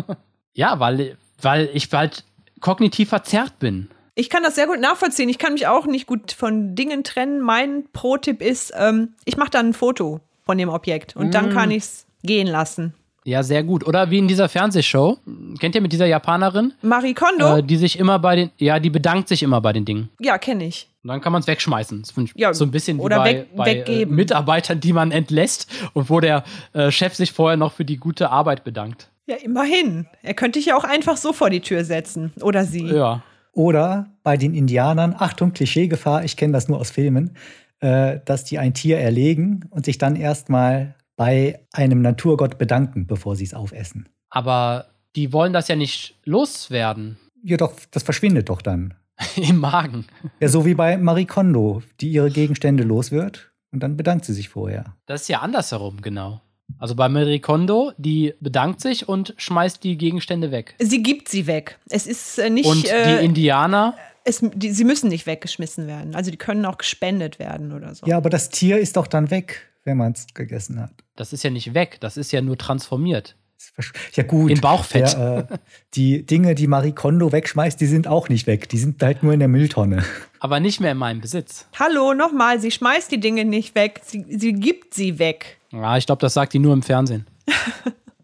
[SPEAKER 1] Ja, weil, weil ich halt kognitiv verzerrt bin.
[SPEAKER 2] Ich kann das sehr gut nachvollziehen. Ich kann mich auch nicht gut von Dingen trennen. Mein Pro-Tipp ist, ähm, ich mache dann ein Foto von dem Objekt und
[SPEAKER 1] Mm.
[SPEAKER 2] dann kann ich es gehen lassen.
[SPEAKER 1] Ja, sehr gut. Oder wie in dieser Fernsehshow. Kennt ihr mit dieser Japanerin?
[SPEAKER 2] Marie Kondo,
[SPEAKER 1] Äh, die sich immer bei den, ja, die bedankt sich immer bei den Dingen.
[SPEAKER 2] ja, kenne ich.
[SPEAKER 1] Und dann kann man es wegschmeißen. Das find ich
[SPEAKER 2] Ja,
[SPEAKER 1] so ein bisschen wie
[SPEAKER 2] oder
[SPEAKER 1] bei,
[SPEAKER 2] weg-
[SPEAKER 1] bei äh,
[SPEAKER 2] weggeben.
[SPEAKER 1] Mitarbeitern, die man entlässt und wo der äh, Chef sich vorher noch für die gute Arbeit bedankt.
[SPEAKER 2] Ja, immerhin. Er könnte dich ja auch einfach so vor die Tür setzen. Oder sie.
[SPEAKER 1] Ja.
[SPEAKER 3] Oder bei den Indianern, Achtung, Klischeegefahr, ich kenne das nur aus Filmen, äh, dass die ein Tier erlegen und sich dann erstmal bei einem Naturgott bedanken, bevor sie es aufessen.
[SPEAKER 1] Aber die wollen das ja nicht loswerden
[SPEAKER 3] Jedoch, das verschwindet doch dann.
[SPEAKER 1] im Magen.
[SPEAKER 3] Ja, so wie bei Marie Kondo, die ihre Gegenstände los wird und dann bedankt sie sich vorher.
[SPEAKER 1] Das ist ja andersherum, genau. Also bei Marie Kondo, die bedankt sich und schmeißt die Gegenstände weg.
[SPEAKER 2] Sie gibt sie weg. Es ist äh, nicht.
[SPEAKER 1] und die
[SPEAKER 2] äh,
[SPEAKER 1] Indianer,
[SPEAKER 2] es, die, sie müssen nicht weggeschmissen werden. Also die können auch gespendet werden oder so.
[SPEAKER 3] Ja, aber das Tier ist doch dann weg, wenn man es gegessen hat.
[SPEAKER 1] das ist ja nicht weg, das ist ja nur transformiert.
[SPEAKER 3] Ist versch- Ja, gut.
[SPEAKER 1] In Bauchfett.
[SPEAKER 3] Ja, äh, die Dinge, die Marie Kondo wegschmeißt, die sind auch nicht weg. Die sind halt nur in der Mülltonne.
[SPEAKER 1] Aber nicht mehr in meinem Besitz.
[SPEAKER 2] Hallo, nochmal, sie schmeißt die Dinge nicht weg. Sie, sie gibt sie weg.
[SPEAKER 1] Ja, ich glaube, das sagt die nur im Fernsehen.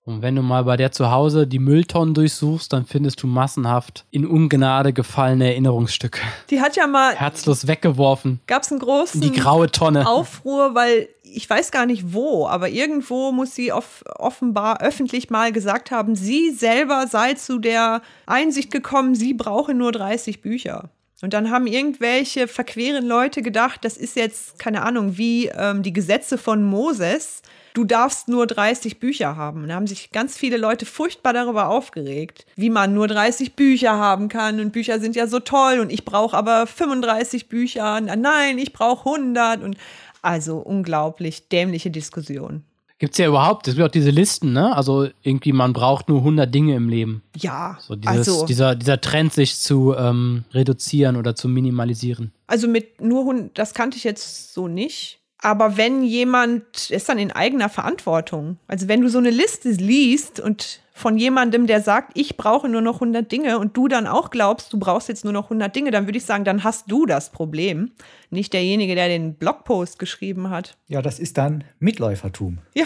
[SPEAKER 1] Und wenn du mal bei der zu Hause die Mülltonnen durchsuchst, dann findest du massenhaft in Ungnade gefallene Erinnerungsstücke.
[SPEAKER 2] Die hat ja mal.
[SPEAKER 1] Herzlos weggeworfen
[SPEAKER 2] Gab es einen
[SPEAKER 1] in
[SPEAKER 2] großen.
[SPEAKER 1] die graue ne? Tonne.
[SPEAKER 2] Aufruhr, weil ich weiß gar nicht wo, aber irgendwo muss sie off offenbar öffentlich mal gesagt haben, sie selber sei zu der Einsicht gekommen, sie brauche nur 30 Bücher. Und dann haben irgendwelche verqueren Leute gedacht, das ist jetzt, keine Ahnung, wie ähm, die Gesetze von Moses. Du darfst nur 30 Bücher haben. Und Da haben sich ganz viele Leute furchtbar darüber aufgeregt, wie man nur 30 Bücher haben kann. Und Bücher sind ja so toll und ich brauche aber 35 Bücher. Na, nein, ich brauche 100. Und also unglaublich dämliche Diskussion.
[SPEAKER 1] Gibt's ja überhaupt, es gibt auch diese Listen, ne? Also irgendwie, man braucht nur 100 Dinge im Leben.
[SPEAKER 2] Ja,
[SPEAKER 1] So dieses,
[SPEAKER 2] also,
[SPEAKER 1] dieser, dieser Trend, sich zu ähm, reduzieren oder zu minimalisieren.
[SPEAKER 2] also mit nur 100, das kannte ich jetzt so nicht. Aber wenn jemand, ist dann in eigener Verantwortung. Also wenn du so eine Liste liest und von jemandem, der sagt, ich brauche nur noch 100 Dinge und du dann auch glaubst, du brauchst jetzt nur noch 100 Dinge, dann würde ich sagen, dann hast du das Problem. Nicht derjenige, der den Blogpost geschrieben hat.
[SPEAKER 3] Ja, das ist dann Mitläufertum.
[SPEAKER 2] Ja,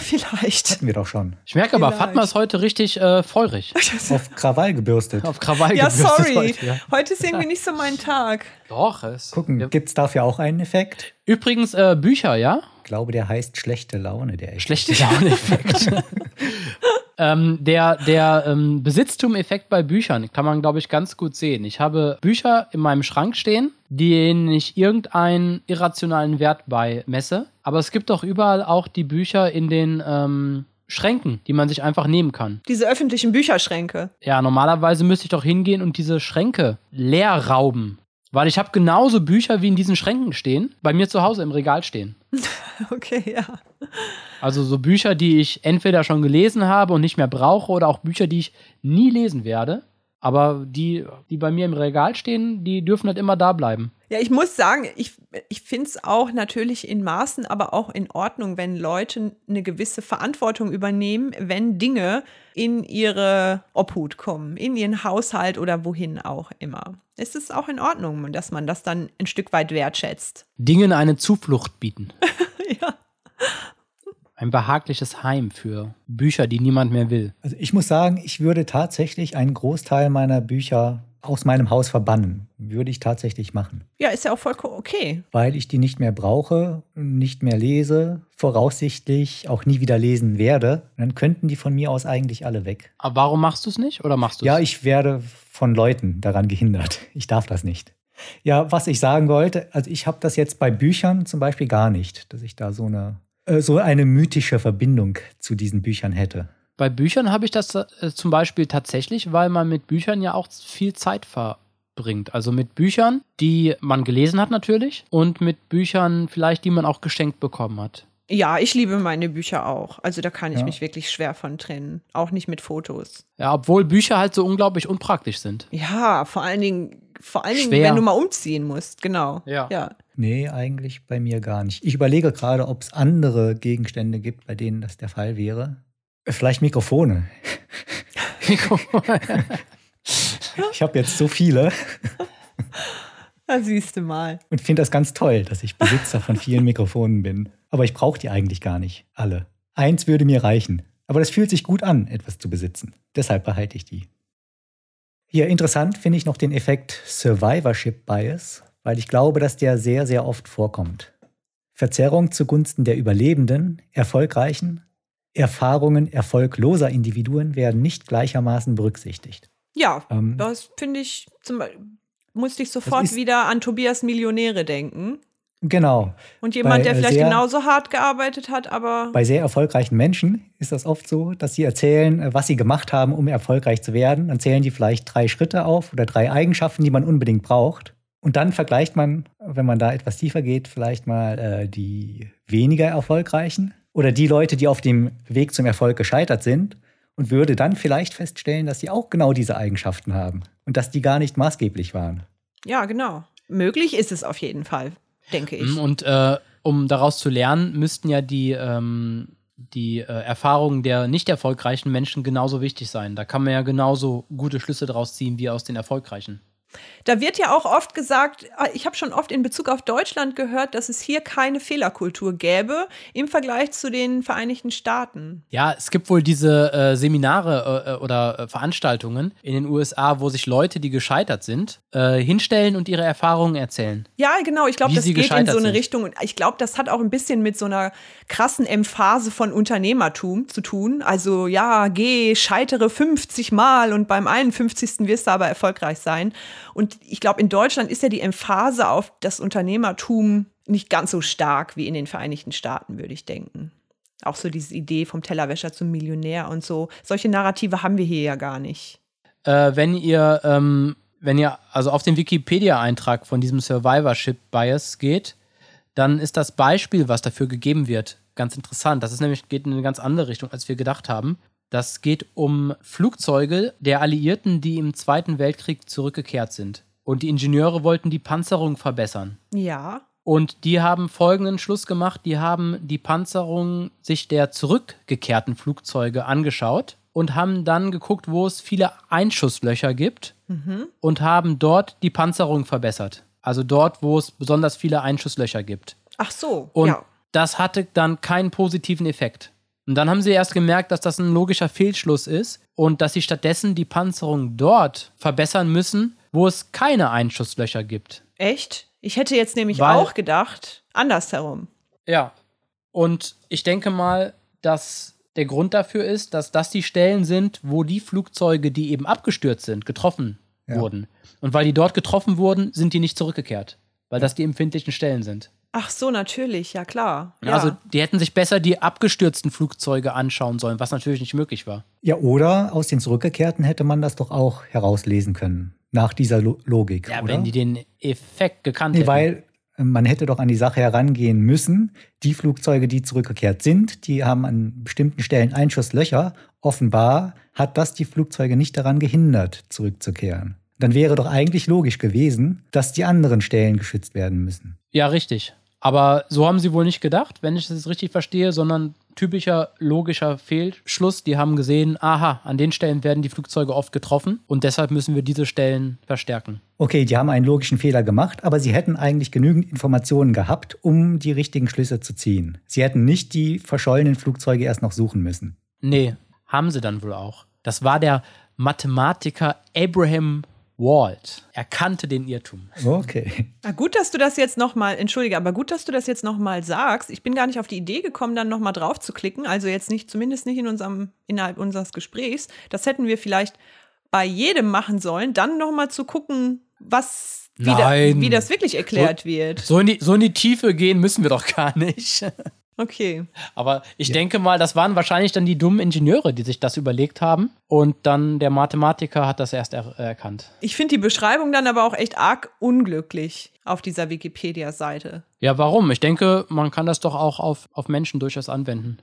[SPEAKER 2] vielleicht.
[SPEAKER 3] Hatten wir doch schon.
[SPEAKER 1] Ich merke aber,
[SPEAKER 2] Vielleicht.
[SPEAKER 1] Fatma ist heute richtig äh, feurig.
[SPEAKER 3] Auf Krawall gebürstet.
[SPEAKER 1] Auf Krawall
[SPEAKER 2] Ja,
[SPEAKER 1] gebürstet
[SPEAKER 2] sorry.
[SPEAKER 1] heute, ja.
[SPEAKER 2] Heute ist irgendwie nicht so mein Tag.
[SPEAKER 1] Doch, es.
[SPEAKER 3] Gucken,
[SPEAKER 1] Ja.
[SPEAKER 3] gibt es dafür auch einen Effekt?
[SPEAKER 1] Übrigens, äh, Bücher, ja?
[SPEAKER 3] Ich glaube, der heißt schlechte Laune, der Effekt.
[SPEAKER 1] Schlechte Laune-Effekt. ähm, der der ähm, Besitztum-Effekt bei Büchern kann man, glaube ich, ganz gut sehen. Ich habe Bücher in meinem Schrank stehen, denen ich irgendeinen irrationalen Wert beimesse. Aber es gibt doch überall auch die Bücher in den ähm, Schränken, die man sich einfach nehmen kann.
[SPEAKER 2] Diese öffentlichen Bücherschränke.
[SPEAKER 1] Ja, normalerweise müsste ich doch hingehen und diese Schränke leer rauben. Weil ich habe genauso Bücher, wie in diesen Schränken stehen, bei mir zu Hause im Regal stehen.
[SPEAKER 2] Okay, ja.
[SPEAKER 1] Also so Bücher, die ich entweder schon gelesen habe und nicht mehr brauche oder auch Bücher, die ich nie lesen werde. Aber die, die bei mir im Regal stehen, die dürfen halt immer da bleiben.
[SPEAKER 2] Ja, ich muss sagen, ich, ich finde es auch natürlich in Maßen, aber auch in Ordnung, wenn Leute eine gewisse Verantwortung übernehmen, wenn Dinge in ihre Obhut kommen, in ihren Haushalt oder wohin auch immer. Es ist auch in Ordnung, dass man das dann ein Stück weit wertschätzt.
[SPEAKER 1] Dingen eine Zuflucht bieten.
[SPEAKER 2] ja.
[SPEAKER 1] Ein behagliches Heim für Bücher, die niemand mehr will.
[SPEAKER 3] Also ich muss sagen, ich würde tatsächlich einen Großteil meiner Bücher aus meinem Haus verbannen. Würde ich tatsächlich machen.
[SPEAKER 2] ja, ist ja auch vollkommen okay.
[SPEAKER 3] Weil ich die nicht mehr brauche, nicht mehr lese, voraussichtlich auch nie wieder lesen werde. Dann könnten die von mir aus eigentlich alle weg.
[SPEAKER 1] Aber warum machst du es nicht? Oder machst du es?
[SPEAKER 3] Ja, ich werde von Leuten daran gehindert. Ich darf das nicht. Ja, was ich sagen wollte, also ich habe das jetzt bei Büchern zum Beispiel gar nicht, dass ich da so eine, äh, so eine mythische Verbindung zu diesen Büchern hätte.
[SPEAKER 1] Bei Büchern habe ich das äh, zum Beispiel tatsächlich, weil man mit Büchern ja auch viel Zeit verbringt. Also mit Büchern, die man gelesen hat natürlich und mit Büchern vielleicht, die man auch geschenkt bekommen hat.
[SPEAKER 2] Ja, ich liebe meine Bücher auch. Also da kann ich
[SPEAKER 3] Ja.
[SPEAKER 2] mich wirklich schwer von trennen. Auch nicht mit Fotos.
[SPEAKER 1] Ja, obwohl Bücher halt so unglaublich unpraktisch sind.
[SPEAKER 2] Ja, vor allen Dingen, vor allen Dingen,
[SPEAKER 1] Schwer.
[SPEAKER 2] wenn du mal umziehen musst, genau.
[SPEAKER 1] Ja.
[SPEAKER 2] ja.
[SPEAKER 3] Nee, eigentlich bei mir gar nicht. Ich überlege gerade, ob es andere Gegenstände gibt, bei denen das der Fall wäre. Äh, Vielleicht Mikrofone. Ich habe jetzt so viele
[SPEAKER 2] Da siehst du mal.
[SPEAKER 3] und finde das ganz toll, dass ich Besitzer von vielen Mikrofonen bin. Aber ich brauche die eigentlich gar nicht, alle. Eins würde mir reichen. Aber das fühlt sich gut an, etwas zu besitzen. Deshalb behalte ich die. Hier interessant finde ich noch den Effekt Survivorship Bias, weil ich glaube, dass der sehr, sehr oft vorkommt. Verzerrung zugunsten der Überlebenden, Erfolgreichen, Erfahrungen erfolgloser Individuen werden nicht gleichermaßen berücksichtigt.
[SPEAKER 2] Ja,
[SPEAKER 3] Ähm,
[SPEAKER 2] das finde ich, zum Beispiel musste ich sofort
[SPEAKER 3] ist-
[SPEAKER 2] wieder an Tobias Millionäre denken.
[SPEAKER 3] genau.
[SPEAKER 2] Und jemand,
[SPEAKER 3] Bei,
[SPEAKER 2] der
[SPEAKER 3] äh,
[SPEAKER 2] vielleicht
[SPEAKER 3] sehr-
[SPEAKER 2] genauso hart gearbeitet hat, aber
[SPEAKER 3] Bei sehr erfolgreichen Menschen ist das oft so, dass sie erzählen, äh, was sie gemacht haben, um erfolgreich zu werden. Dann zählen die vielleicht drei Schritte auf oder drei Eigenschaften, die man unbedingt braucht. Und dann vergleicht man, wenn man da etwas tiefer geht, vielleicht mal äh, die weniger erfolgreichen oder die Leute, die auf dem Weg zum Erfolg gescheitert sind und würde dann vielleicht feststellen, dass sie auch genau diese Eigenschaften haben und dass die gar nicht maßgeblich waren.
[SPEAKER 2] Ja, genau. Möglich ist es auf jeden Fall, denke
[SPEAKER 3] Mhm,
[SPEAKER 2] ich.
[SPEAKER 1] Und äh, um daraus zu lernen, müssten ja die, ähm, die äh, Erfahrungen der nicht erfolgreichen Menschen genauso wichtig sein. Da kann man ja genauso gute Schlüsse daraus ziehen wie aus den erfolgreichen.
[SPEAKER 2] Da wird ja auch oft gesagt, ah, ich habe schon oft in Bezug auf Deutschland gehört, dass es hier keine Fehlerkultur gäbe im Vergleich zu den Vereinigten Staaten.
[SPEAKER 1] Ja, es gibt wohl diese äh, Seminare äh, oder äh, Veranstaltungen in den USA, wo sich Leute, die gescheitert sind, äh, hinstellen und ihre Erfahrungen erzählen.
[SPEAKER 2] Ja, genau. Ich glaube,
[SPEAKER 1] Wie
[SPEAKER 2] das
[SPEAKER 1] sie
[SPEAKER 2] geht in
[SPEAKER 1] gescheitert
[SPEAKER 2] so eine
[SPEAKER 1] sind.
[SPEAKER 2] Richtung. Und ich glaube, das hat auch ein bisschen mit so einer krassen Emphase von Unternehmertum zu tun. Also ja, geh, scheitere 50 Mal und beim 51. wirst du aber erfolgreich sein. Und ich glaube, in Deutschland ist ja die Emphase auf das Unternehmertum nicht ganz so stark wie in den Vereinigten Staaten, würde ich denken. Auch so diese Idee vom Tellerwäscher zum Millionär und so. Solche Narrative haben wir hier ja gar nicht.
[SPEAKER 1] Äh, wenn ihr, ähm, wenn ihr also auf den Wikipedia-Eintrag von diesem Survivorship-Bias geht, dann ist das Beispiel, was dafür gegeben wird, ganz interessant. Das ist nämlich, geht in eine ganz andere Richtung, als wir gedacht haben. Das geht um Flugzeuge der Alliierten, die im Zweiten Weltkrieg zurückgekehrt sind. Und die Ingenieure wollten die Panzerung verbessern.
[SPEAKER 2] Ja,
[SPEAKER 1] Und die haben folgenden Schluss gemacht. Die haben die Panzerung sich der zurückgekehrten Flugzeuge angeschaut und haben dann geguckt, wo es viele Einschusslöcher gibt und haben dort die Panzerung verbessert. Also dort, wo es besonders viele Einschusslöcher gibt.
[SPEAKER 2] ach so.
[SPEAKER 1] Und
[SPEAKER 2] ja.
[SPEAKER 1] das hatte dann keinen positiven Effekt. Und dann haben sie erst gemerkt, dass das ein logischer Fehlschluss ist und dass sie stattdessen die Panzerung dort verbessern müssen, wo es keine Einschusslöcher gibt.
[SPEAKER 2] Echt? Ich hätte jetzt nämlich
[SPEAKER 1] Weil-
[SPEAKER 2] auch gedacht, andersherum.
[SPEAKER 1] Ja. Und ich denke mal, dass der Grund dafür ist, dass das die Stellen sind, wo die Flugzeuge, die eben abgestürzt sind, getroffen
[SPEAKER 3] Ja.
[SPEAKER 1] wurden. Und weil die dort getroffen wurden, sind die nicht zurückgekehrt, weil das die empfindlichen Stellen sind.
[SPEAKER 2] Ach so, natürlich, ja klar. Ja.
[SPEAKER 1] Also die hätten sich besser die abgestürzten Flugzeuge anschauen sollen, was natürlich nicht möglich war.
[SPEAKER 3] Ja, oder aus den Zurückgekehrten hätte man das doch auch herauslesen können. Nach dieser Lo Logik.
[SPEAKER 1] Ja,
[SPEAKER 3] oder?
[SPEAKER 1] wenn die den Effekt gekannt
[SPEAKER 3] Nee,
[SPEAKER 1] hätten.
[SPEAKER 3] weil äh, man hätte doch an die Sache herangehen müssen. Die Flugzeuge, die zurückgekehrt sind, die haben an bestimmten Stellen Einschusslöcher. Offenbar hat das die Flugzeuge nicht daran gehindert, zurückzukehren. Dann wäre doch eigentlich logisch gewesen, dass die anderen Stellen geschützt werden müssen.
[SPEAKER 1] Ja, richtig. Aber so haben sie wohl nicht gedacht, wenn ich das jetzt richtig verstehe, sondern typischer logischer Fehlschluss. Die haben gesehen, aha, an den Stellen werden die Flugzeuge oft getroffen und deshalb müssen wir diese Stellen verstärken.
[SPEAKER 3] Okay, die haben einen logischen Fehler gemacht, aber sie hätten eigentlich genügend Informationen gehabt, um die richtigen Schlüsse zu ziehen. Sie hätten nicht die verschollenen Flugzeuge erst noch suchen müssen.
[SPEAKER 1] Nee, haben sie dann wohl auch. Das war der Mathematiker Abraham Wald. Er kannte den Irrtum.
[SPEAKER 3] Okay.
[SPEAKER 2] Na gut, dass du das jetzt nochmal, entschuldige, aber gut, dass du das jetzt nochmal sagst. Ich bin gar nicht auf die Idee gekommen, dann nochmal drauf zu klicken. Also jetzt nicht, zumindest nicht in unserem, innerhalb unseres Gesprächs. Das hätten wir vielleicht bei jedem machen sollen, dann nochmal zu gucken, was, wie, da,
[SPEAKER 1] Nein.
[SPEAKER 2] wie das wirklich erklärt wird.
[SPEAKER 1] So in, die, so in die Tiefe gehen müssen wir doch gar nicht.
[SPEAKER 2] Okay.
[SPEAKER 1] Aber ich denke mal, das waren wahrscheinlich dann die dummen Ingenieure, die sich das überlegt haben. Und dann der Mathematiker hat das erst er erkannt.
[SPEAKER 2] Ich finde die Beschreibung dann aber auch echt arg unglücklich auf dieser Wikipedia-Seite.
[SPEAKER 1] Ja, warum? Ich denke, man kann das doch auch auf, auf Menschen durchaus anwenden.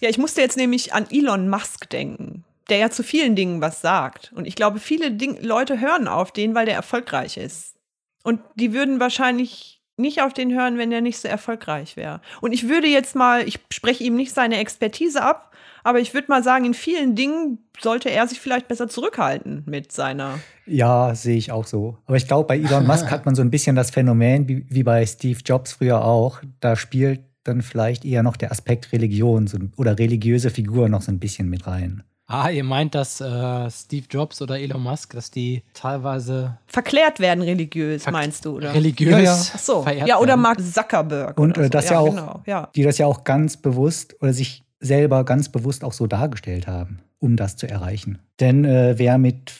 [SPEAKER 2] Ja, ich musste jetzt nämlich an Elon Musk denken, der ja zu vielen Dingen was sagt. Und ich glaube, viele Ding Leute hören auf den, weil der erfolgreich ist. Und die würden wahrscheinlich nicht auf den hören, wenn er nicht so erfolgreich wäre. Und ich würde jetzt mal, ich spreche ihm nicht seine Expertise ab, aber ich würde mal sagen, in vielen Dingen sollte er sich vielleicht besser zurückhalten mit seiner.
[SPEAKER 3] Ja, sehe ich auch so. Aber ich glaube, bei Elon Musk hat man so ein bisschen das Phänomen, wie, wie bei Steve Jobs früher auch, da spielt dann vielleicht eher noch der Aspekt Religion so, oder religiöse Figur noch so ein bisschen mit rein.
[SPEAKER 1] Ah, ihr meint, dass äh, Steve Jobs oder Elon Musk, dass die teilweise
[SPEAKER 2] Verklärt werden religiös, meinst du, oder?
[SPEAKER 1] religiös
[SPEAKER 3] Ja, ja.
[SPEAKER 2] Ach so,
[SPEAKER 1] verehrt
[SPEAKER 2] ja, oder
[SPEAKER 1] werden?
[SPEAKER 2] Mark Zuckerberg.
[SPEAKER 3] Und
[SPEAKER 2] oder
[SPEAKER 3] äh,
[SPEAKER 2] so.
[SPEAKER 3] das ja, auch,
[SPEAKER 2] Genau, ja.
[SPEAKER 3] die das ja auch ganz bewusst oder sich selber ganz bewusst auch so dargestellt haben, um das zu erreichen. Denn äh, wer mit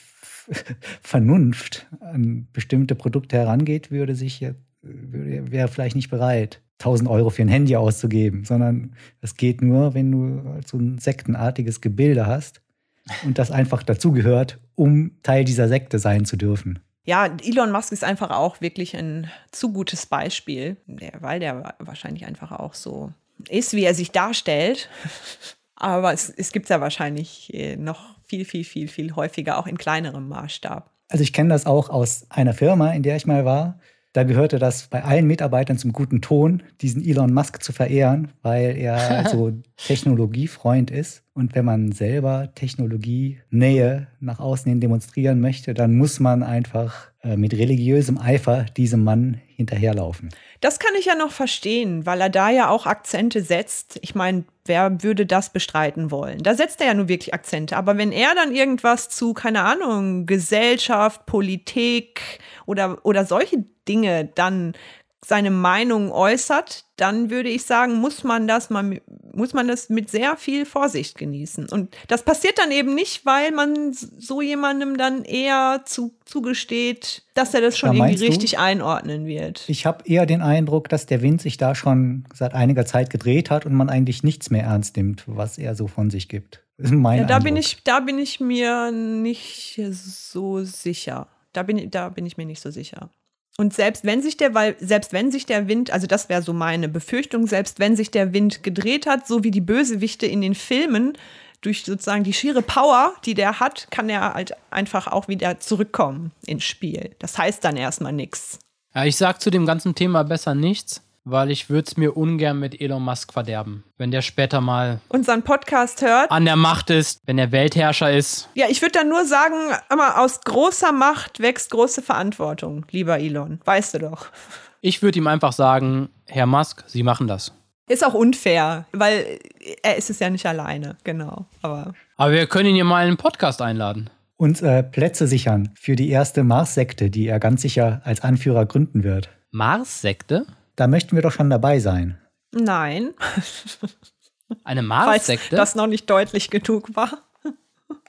[SPEAKER 3] Vernunft an bestimmte Produkte herangeht, würde sich ja- würde, wäre vielleicht nicht bereit, 1000 Euro für ein Handy auszugeben, sondern das geht nur, wenn du so ein sektenartiges Gebilde hast und das einfach dazugehört, um Teil dieser Sekte sein zu dürfen.
[SPEAKER 2] Ja, Elon Musk ist einfach auch wirklich ein zu gutes Beispiel, der, weil der wa- wahrscheinlich einfach auch so ist, wie er sich darstellt. Aber es, es gibt es ja wahrscheinlich äh, noch viel, viel, viel, viel häufiger, auch in kleinerem Maßstab.
[SPEAKER 3] Also ich kenne das auch aus einer Firma, in der ich mal war. Da gehörte das bei allen Mitarbeitern zum guten Ton, diesen Elon Musk zu verehren, weil er so Technologiefreund ist. Und wenn man selber Technologienähe nach außen hin demonstrieren möchte, dann muss man einfach äh, mit religiösem Eifer diesem Mann hinterherlaufen.
[SPEAKER 2] Das kann ich ja noch verstehen, weil er da ja auch Akzente setzt. Ich meine, wer würde das bestreiten wollen? Da setzt er ja nur wirklich Akzente. Aber wenn er dann irgendwas zu, keine Ahnung, Gesellschaft, Politik oder, oder solche Dinge dann seine Meinung äußert, dann würde ich sagen, muss man das man, muss man das mit sehr viel Vorsicht genießen. Und das passiert dann eben nicht, weil man so jemandem dann eher zu, zugesteht, dass er das schon
[SPEAKER 3] Ja, meinst
[SPEAKER 2] irgendwie
[SPEAKER 3] du?
[SPEAKER 2] richtig einordnen wird.
[SPEAKER 3] Ich habe eher den Eindruck, dass der Wind sich da schon seit einiger Zeit gedreht hat und man eigentlich nichts mehr ernst nimmt, was er so von sich gibt. Das ist mein
[SPEAKER 2] Ja, da bin
[SPEAKER 3] Eindruck.
[SPEAKER 2] ich, da bin ich mir nicht so sicher. Da bin, da bin ich mir nicht so sicher. Und selbst wenn sich der, weil selbst wenn sich der Wind, also das wäre so meine Befürchtung, selbst wenn sich der Wind gedreht hat, so wie die Bösewichte in den Filmen, durch sozusagen die schiere Power, die der hat, kann er halt einfach auch wieder zurückkommen ins Spiel. Das heißt dann erstmal nichts.
[SPEAKER 1] Ja, ich sag zu dem ganzen Thema besser nichts, weil ich würde es mir ungern mit Elon Musk verderben. Wenn der später mal
[SPEAKER 2] Unseren Podcast hört.
[SPEAKER 1] an der Macht ist, wenn er Weltherrscher ist.
[SPEAKER 2] Ja, ich würde dann nur sagen, immer aus großer Macht wächst große Verantwortung, lieber Elon. Weißt du doch.
[SPEAKER 1] Ich würde ihm einfach sagen, Herr Musk, Sie machen das.
[SPEAKER 2] Ist auch unfair, weil äh, er ist es ja nicht alleine, genau. Aber
[SPEAKER 1] Aber wir können ihn ja mal in einen Podcast einladen.
[SPEAKER 3] Und äh, Plätze sichern für die erste Mars-Sekte, die er ganz sicher als Anführer gründen wird.
[SPEAKER 1] Mars-Sekte?
[SPEAKER 3] Da möchten wir doch schon dabei sein.
[SPEAKER 2] nein,
[SPEAKER 1] Eine
[SPEAKER 2] falls
[SPEAKER 1] Mars-Sekte?
[SPEAKER 2] das noch nicht deutlich genug war.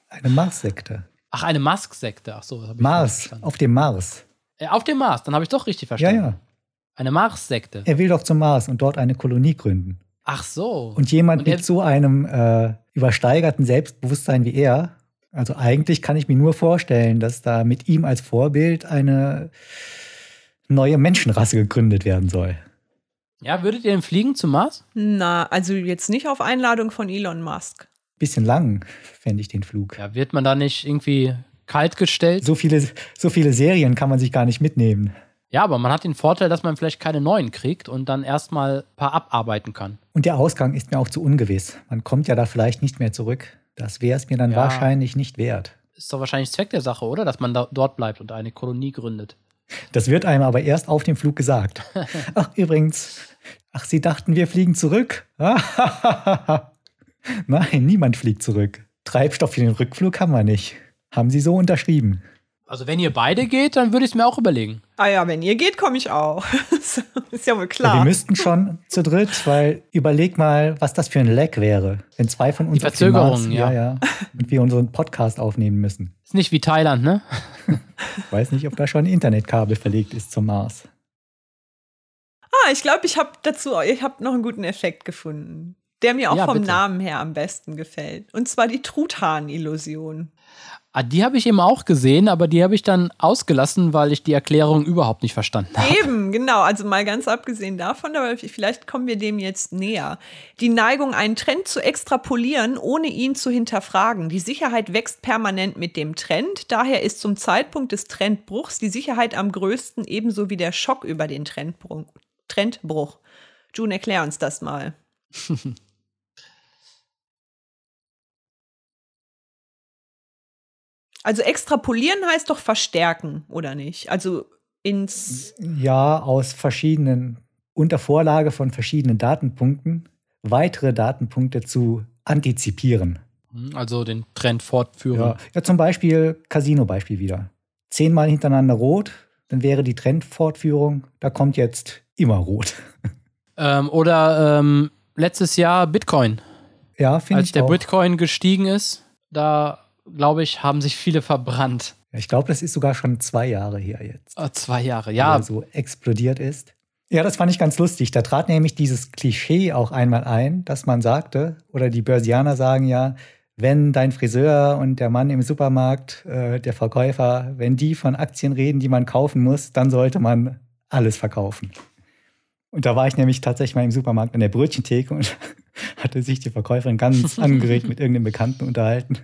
[SPEAKER 3] Eine Mars-Sekte.
[SPEAKER 1] Ach, eine Musk-Sekte. Ach so, das hab ich falsch
[SPEAKER 3] Mars,
[SPEAKER 1] verstanden.
[SPEAKER 3] auf dem Mars.
[SPEAKER 1] Äh, Auf dem Mars, dann habe ich doch richtig
[SPEAKER 3] Ja,
[SPEAKER 1] verstanden.
[SPEAKER 3] ja. Äh,
[SPEAKER 1] Eine Mars-Sekte.
[SPEAKER 3] Er will doch zum Mars und dort eine Kolonie gründen.
[SPEAKER 1] Ach so.
[SPEAKER 3] Und jemand
[SPEAKER 1] Und er-
[SPEAKER 3] mit so einem äh, übersteigerten Selbstbewusstsein wie er, also eigentlich kann ich mir nur vorstellen, dass da mit ihm als Vorbild eine neue Menschenrasse gegründet werden soll.
[SPEAKER 1] ja, würdet ihr denn fliegen zum Mars?
[SPEAKER 2] Na, also jetzt nicht auf Einladung von Elon Musk.
[SPEAKER 3] Bisschen lang fände ich den Flug.
[SPEAKER 1] Ja, wird man da nicht irgendwie kaltgestellt?
[SPEAKER 3] So viele, so viele Serien kann man sich gar nicht mitnehmen.
[SPEAKER 1] Ja, aber man hat den Vorteil, dass man vielleicht keine neuen kriegt und dann erstmal ein paar abarbeiten kann.
[SPEAKER 3] Und der Ausgang ist mir auch zu ungewiss. Man kommt ja da vielleicht nicht mehr zurück. Das wäre es mir dann
[SPEAKER 1] Ja.
[SPEAKER 3] wahrscheinlich nicht wert.
[SPEAKER 1] Ist doch wahrscheinlich Zweck der Sache, oder? Dass man da, dort bleibt und eine Kolonie gründet.
[SPEAKER 3] Das wird einem aber erst auf dem Flug gesagt. Ach, übrigens. Ach, Sie dachten, wir fliegen zurück? Nein, niemand fliegt zurück. Treibstoff für den Rückflug haben wir nicht. Haben Sie so unterschrieben?
[SPEAKER 1] Also wenn ihr beide geht, dann würde ich es mir auch überlegen.
[SPEAKER 2] Ah ja, wenn ihr geht, komme ich auch. ist ja wohl
[SPEAKER 3] Wir
[SPEAKER 2] klar.
[SPEAKER 3] müssten schon zu dritt, weil überleg mal, was das für ein Leck wäre, wenn zwei von uns
[SPEAKER 1] Die
[SPEAKER 3] auf dem Mars-
[SPEAKER 1] Verzögerung, ja.
[SPEAKER 3] ja, ja, und wir unseren Podcast aufnehmen müssen.
[SPEAKER 1] Ist nicht wie Thailand, ne?
[SPEAKER 3] Ich weiß nicht, ob da schon ein Internetkabel verlegt ist zum Mars.
[SPEAKER 2] Ah, ich glaube, ich habe dazu, ich habe noch einen guten Effekt gefunden, der mir auch
[SPEAKER 1] Ja,
[SPEAKER 2] vom
[SPEAKER 1] bitte.
[SPEAKER 2] Namen her am besten gefällt. Und zwar die Truthahn-Illusion.
[SPEAKER 1] Ah, die habe ich eben auch gesehen, aber die habe ich dann ausgelassen, weil ich die Erklärung überhaupt nicht verstanden habe.
[SPEAKER 2] Eben, genau. Also mal ganz abgesehen davon, aber vielleicht kommen wir dem jetzt näher. Die Neigung, einen Trend zu extrapolieren, ohne ihn zu hinterfragen. Die Sicherheit wächst permanent mit dem Trend. Daher ist zum Zeitpunkt des Trendbruchs die Sicherheit am größten, ebenso wie der Schock über den Trendbruch. Trendbruch. June, erklär uns das mal. Also extrapolieren heißt doch verstärken, oder nicht? Also ins
[SPEAKER 3] Ja, aus verschiedenen, unter Vorlage von verschiedenen Datenpunkten, weitere Datenpunkte zu antizipieren.
[SPEAKER 1] Also den Trend fortführen.
[SPEAKER 3] Ja, ja zum Beispiel Casino-Beispiel wieder. Zehnmal hintereinander rot, dann wäre die Trendfortführung, da kommt jetzt immer rot.
[SPEAKER 1] Ähm, oder ähm, letztes Jahr Bitcoin.
[SPEAKER 3] Ja, finde
[SPEAKER 1] Als
[SPEAKER 3] ich
[SPEAKER 1] der
[SPEAKER 3] auch.
[SPEAKER 1] Bitcoin gestiegen ist, da glaube ich, haben sich viele verbrannt.
[SPEAKER 3] Ja, ich glaube, das ist sogar schon zwei Jahre her jetzt.
[SPEAKER 1] Ah, zwei Jahre,
[SPEAKER 3] wo
[SPEAKER 1] ja.
[SPEAKER 3] er so explodiert ist. Ja, das fand ich ganz lustig. Da trat nämlich dieses Klischee auch einmal ein, dass man sagte, oder die Börsianer sagen ja, wenn dein Friseur und der Mann im Supermarkt, äh, der Verkäufer, wenn die von Aktien reden, die man kaufen muss, dann sollte man alles verkaufen. Und da war ich nämlich tatsächlich mal im Supermarkt an der Brötchentheke und hatte sich die Verkäuferin ganz angeregt mit irgendeinem Bekannten unterhalten,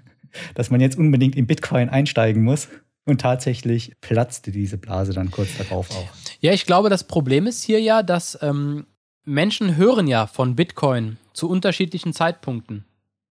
[SPEAKER 3] dass man jetzt unbedingt in Bitcoin einsteigen muss. Und tatsächlich platzte diese Blase dann kurz darauf auch.
[SPEAKER 1] Ja, ich glaube, das Problem ist hier ja, dass ähm, Menschen hören ja von Bitcoin zu unterschiedlichen Zeitpunkten.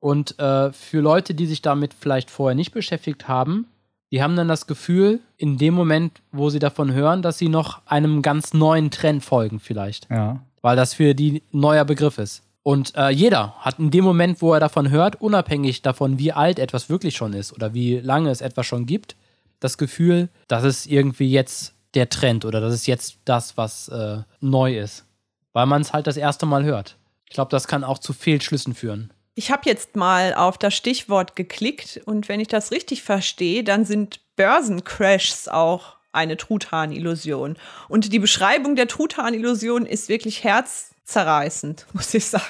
[SPEAKER 1] Und äh, für Leute, die sich damit vielleicht vorher nicht beschäftigt haben, die haben dann das Gefühl, in dem Moment, wo sie davon hören, dass sie noch einem ganz neuen Trend folgen, vielleicht.
[SPEAKER 3] Ja.
[SPEAKER 1] Weil das für die ein neuer Begriff ist. Und äh, jeder hat in dem Moment, wo er davon hört, unabhängig davon, wie alt etwas wirklich schon ist oder wie lange es etwas schon gibt, das Gefühl, das ist irgendwie jetzt der Trend oder das ist jetzt das, was äh, neu ist. Weil man es halt das erste Mal hört. Ich glaube, das kann auch zu Fehlschlüssen führen.
[SPEAKER 2] Ich habe jetzt mal auf das Stichwort geklickt und wenn ich das richtig verstehe, dann sind Börsencrashs auch eine Truthahnillusion. Und die Beschreibung der Truthahnillusion ist wirklich herzzerreißend, muss ich sagen.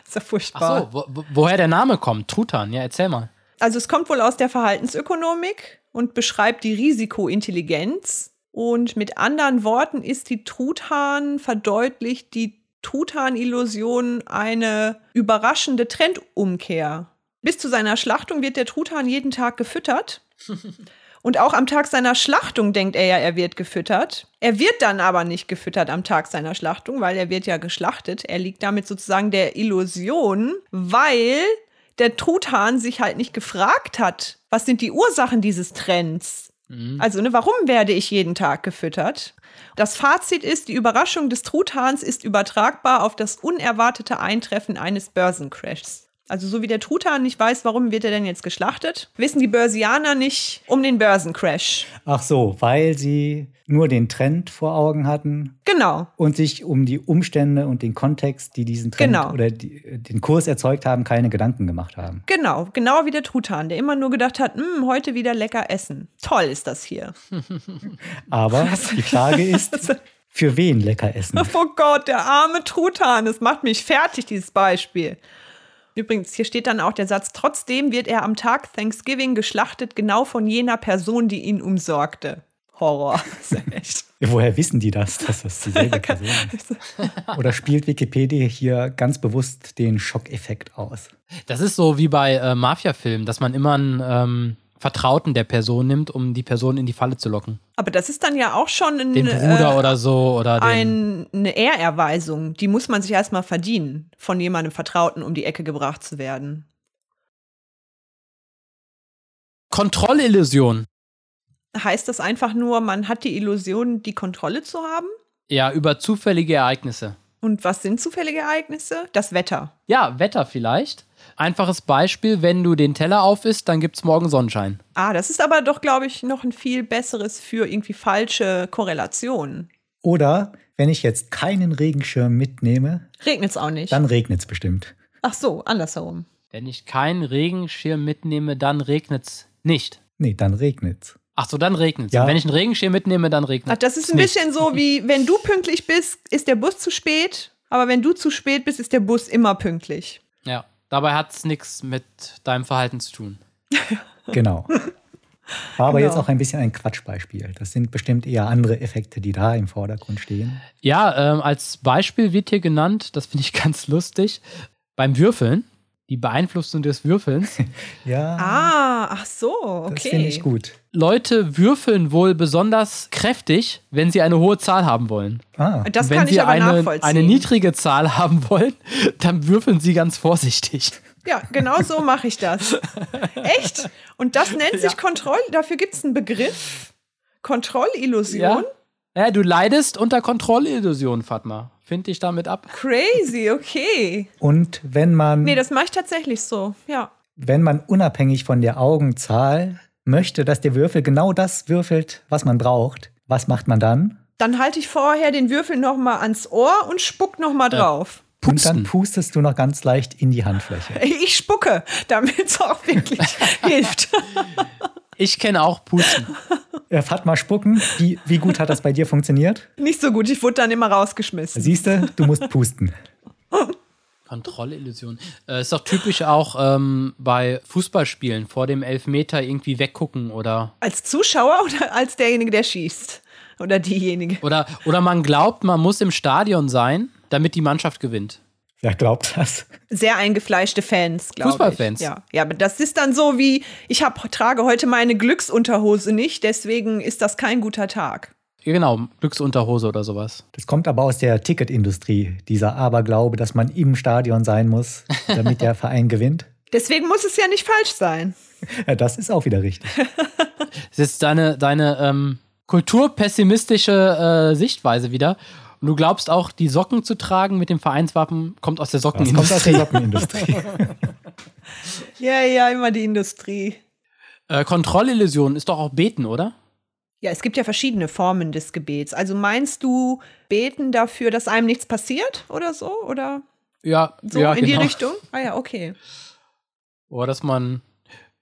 [SPEAKER 2] Das ist ja furchtbar.
[SPEAKER 1] Achso, wo, wo, woher der Name kommt? Truthahn, ja, erzähl mal.
[SPEAKER 2] Also es kommt wohl aus der Verhaltensökonomik und beschreibt die Risikointelligenz. Und mit anderen Worten ist die Truthahn verdeutlicht die Truthahn-Illusion eine überraschende Trendumkehr. Bis zu seiner Schlachtung wird der Truthahn jeden Tag gefüttert. Und auch am Tag seiner Schlachtung denkt er ja, er wird gefüttert. Er wird dann aber nicht gefüttert am Tag seiner Schlachtung, weil er wird ja geschlachtet. Er liegt damit sozusagen der Illusion, weil der Truthahn sich halt nicht gefragt hat, was sind die Ursachen dieses Trends? Also, ne, warum werde ich jeden Tag gefüttert? Das Fazit ist, die Überraschung des Truthahns ist übertragbar auf das unerwartete Eintreffen eines Börsencrashs. Also so wie der Truthahn nicht weiß, warum wird er denn jetzt geschlachtet, wissen die Börsianer nicht um den Börsencrash.
[SPEAKER 3] Ach so, weil sie nur den Trend vor Augen hatten
[SPEAKER 2] Genau.
[SPEAKER 3] und sich um die Umstände und den Kontext, die diesen Trend
[SPEAKER 2] Genau.
[SPEAKER 3] oder die, den Kurs erzeugt haben, keine Gedanken gemacht haben.
[SPEAKER 2] Genau, genau wie der Truthahn, der immer nur gedacht hat, "Hm, heute wieder lecker essen. Toll ist das hier.
[SPEAKER 3] Aber die Frage ist, für wen lecker essen?
[SPEAKER 2] Oh Gott, der arme Truthahn, das macht mich fertig, dieses Beispiel. Übrigens, hier steht dann auch der Satz, trotzdem wird er am Tag Thanksgiving geschlachtet, genau von jener Person, die ihn umsorgte. Horror. Das ist ja echt.
[SPEAKER 3] Woher wissen die das, dass das dieselbe Person ist? Oder spielt Wikipedia hier ganz bewusst den Schockeffekt aus?
[SPEAKER 1] Das ist so wie bei äh, Mafia-Filmen, dass man immer einen ähm, Vertrauten der Person nimmt, um die Person in die Falle zu locken.
[SPEAKER 2] Aber das ist dann ja auch schon ein,
[SPEAKER 1] Den Bruder
[SPEAKER 2] äh,
[SPEAKER 1] oder so oder den.
[SPEAKER 2] ein, eine Ehrerweisung. Die muss man sich erstmal verdienen, von jemandem Vertrauten um die Ecke gebracht zu werden.
[SPEAKER 1] Kontrollillusion.
[SPEAKER 2] Heißt das einfach nur, man hat die Illusion, die Kontrolle zu haben?
[SPEAKER 1] Ja, über zufällige Ereignisse.
[SPEAKER 2] Und was sind zufällige Ereignisse? Das Wetter.
[SPEAKER 1] Ja, Wetter vielleicht. Einfaches Beispiel, wenn du den Teller auf isst, dann gibt's morgen Sonnenschein.
[SPEAKER 2] Ah, das ist aber doch, glaube ich, noch ein viel besseres für irgendwie falsche Korrelationen.
[SPEAKER 3] Oder wenn ich jetzt keinen Regenschirm mitnehme,
[SPEAKER 2] Regnet es auch nicht.
[SPEAKER 3] dann regnet es bestimmt.
[SPEAKER 2] Ach so, andersherum.
[SPEAKER 1] Wenn ich keinen Regenschirm mitnehme, dann regnet's nicht.
[SPEAKER 3] Nee, dann regnet's.
[SPEAKER 1] Ach so, dann regnet's.
[SPEAKER 3] Ja.
[SPEAKER 1] Wenn ich einen Regenschirm mitnehme, dann
[SPEAKER 2] Ach,
[SPEAKER 1] regnet's.
[SPEAKER 2] das ist ein
[SPEAKER 1] nicht.
[SPEAKER 2] bisschen so wie, wenn du pünktlich bist, ist der Bus zu spät. Aber wenn du zu spät bist, ist der Bus immer pünktlich.
[SPEAKER 1] Ja, dabei hat's nichts mit deinem Verhalten zu tun.
[SPEAKER 3] Genau. War aber
[SPEAKER 2] Genau.
[SPEAKER 3] jetzt auch ein bisschen ein Quatschbeispiel. Das sind bestimmt eher andere Effekte, die da im Vordergrund stehen.
[SPEAKER 1] Ja, ähm, als Beispiel wird hier genannt, das finde ich ganz lustig, beim Würfeln, die Beeinflussung des Würfelns.
[SPEAKER 3] Ja,
[SPEAKER 2] Ah, ach so, okay.
[SPEAKER 3] das finde ich gut.
[SPEAKER 1] Leute würfeln wohl besonders kräftig, wenn sie eine hohe Zahl haben wollen.
[SPEAKER 3] Ah,
[SPEAKER 2] Das
[SPEAKER 1] wenn
[SPEAKER 2] kann
[SPEAKER 1] sie
[SPEAKER 2] ich aber
[SPEAKER 1] eine,
[SPEAKER 2] nachvollziehen.
[SPEAKER 1] eine niedrige Zahl haben wollen, dann würfeln sie ganz vorsichtig.
[SPEAKER 2] ja, genau so mache ich das. Echt? Und das nennt sich Kontroll. Dafür gibt es einen Begriff. Kontrollillusion?
[SPEAKER 1] Ja? ja, du leidest unter Kontrollillusion, Fatma. Find dich damit ab.
[SPEAKER 2] Crazy, okay.
[SPEAKER 3] und wenn man,
[SPEAKER 2] Nee, das mache ich tatsächlich so, ja.
[SPEAKER 3] wenn man unabhängig von der Augenzahl möchte, dass der Würfel genau das würfelt, was man braucht, was macht man dann?
[SPEAKER 2] Dann halte ich vorher den Würfel noch mal ans Ohr und spuck noch mal drauf.
[SPEAKER 3] Und dann pustest du noch ganz leicht in die Handfläche.
[SPEAKER 2] Ich spucke, damit es auch wirklich hilft.
[SPEAKER 1] Ich kenne auch Pusten.
[SPEAKER 3] Äh, Fatma, spucken. Wie, wie gut hat das bei dir funktioniert?
[SPEAKER 2] Nicht so gut, ich wurde dann immer rausgeschmissen.
[SPEAKER 3] Siehst du, du musst pusten.
[SPEAKER 1] Kontrollillusion. Äh, ist doch typisch auch ähm, bei Fußballspielen vor dem Elfmeter irgendwie weggucken oder
[SPEAKER 2] Als Zuschauer oder als derjenige, der schießt? Oder diejenige.
[SPEAKER 1] Oder, oder man glaubt, man muss im Stadion sein, damit die Mannschaft gewinnt.
[SPEAKER 3] Wer glaubt das?
[SPEAKER 2] Sehr eingefleischte Fans, glaube ich.
[SPEAKER 1] Fußballfans.
[SPEAKER 2] Ja. ja, aber das ist dann so wie, ich hab, trage heute meine Glücksunterhose nicht, deswegen ist das kein guter Tag.
[SPEAKER 1] Ja, Genau, Glücksunterhose oder sowas.
[SPEAKER 3] Das kommt aber aus der Ticketindustrie, dieser Aberglaube, dass man im Stadion sein muss, damit der Verein gewinnt.
[SPEAKER 2] Deswegen muss es ja nicht falsch sein.
[SPEAKER 3] Ja, das ist auch wieder richtig.
[SPEAKER 1] Das ist deine, deine ähm, kulturpessimistische äh, Sichtweise wieder. Und du glaubst auch, die Socken zu tragen mit dem Vereinswappen kommt aus der
[SPEAKER 3] Das kommt aus
[SPEAKER 1] Sockenindustrie.
[SPEAKER 3] der Sockenindustrie.
[SPEAKER 2] Ja, ja, immer die Industrie.
[SPEAKER 1] äh, Kontrollillusion ist doch auch Beten, oder?
[SPEAKER 2] Ja, es gibt ja verschiedene Formen des Gebets. Also meinst du beten dafür, dass einem nichts passiert oder so? Oder
[SPEAKER 1] Ja,
[SPEAKER 2] so
[SPEAKER 1] ja,
[SPEAKER 2] in
[SPEAKER 1] genau.
[SPEAKER 2] die Richtung? Ah ja, okay.
[SPEAKER 1] Oder dass man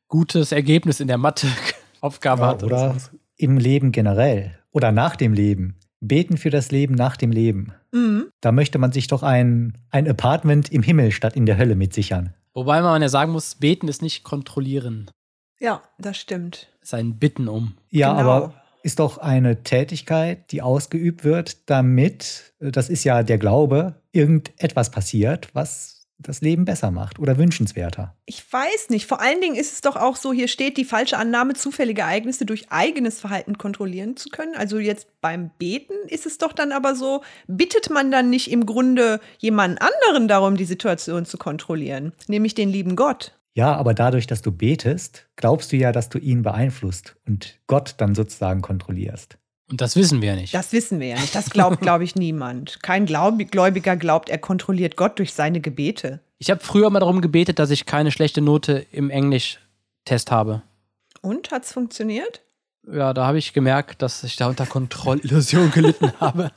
[SPEAKER 1] gutes Ergebnis in der Mathe-Aufgabe
[SPEAKER 3] Ja,
[SPEAKER 1] hat. oder
[SPEAKER 3] oder im Leben generell. Oder nach dem Leben. Beten für das Leben nach dem Leben.
[SPEAKER 2] Mhm.
[SPEAKER 3] Da möchte man sich doch ein, ein Apartment im Himmel statt in der Hölle mit sichern.
[SPEAKER 1] Wobei man ja sagen muss, beten ist nicht kontrollieren,
[SPEAKER 2] Ja, das stimmt.
[SPEAKER 1] ist ein Bitten um.
[SPEAKER 3] Ja,
[SPEAKER 2] Genau.
[SPEAKER 3] aber ist doch eine Tätigkeit, die ausgeübt wird, damit, äh, das ist ja der Glaube, irgendetwas passiert, was das Leben besser macht oder wünschenswerter.
[SPEAKER 2] Ich weiß nicht. Vor allen Dingen ist es doch auch so, hier steht, die falsche Annahme, zufällige Ereignisse durch eigenes Verhalten kontrollieren zu können. Also jetzt beim Beten ist es doch dann aber so, bittet man dann nicht im Grunde jemanden anderen darum, die Situation zu kontrollieren, nämlich den lieben Gott.
[SPEAKER 3] Ja, aber dadurch, dass du betest, glaubst du ja, dass du ihn beeinflusst und Gott dann sozusagen kontrollierst.
[SPEAKER 1] Und das wissen wir nicht.
[SPEAKER 2] Das wissen wir ja nicht. Das glaubt, glaube ich, niemand. Kein Glaub Gläubiger glaubt, er kontrolliert Gott durch seine Gebete.
[SPEAKER 1] Ich habe früher mal darum gebetet, dass ich keine schlechte Note im Englisch-Test habe.
[SPEAKER 2] Und hat's funktioniert?
[SPEAKER 1] Ja, da habe ich gemerkt, dass ich da unter Kontrollillusion gelitten habe.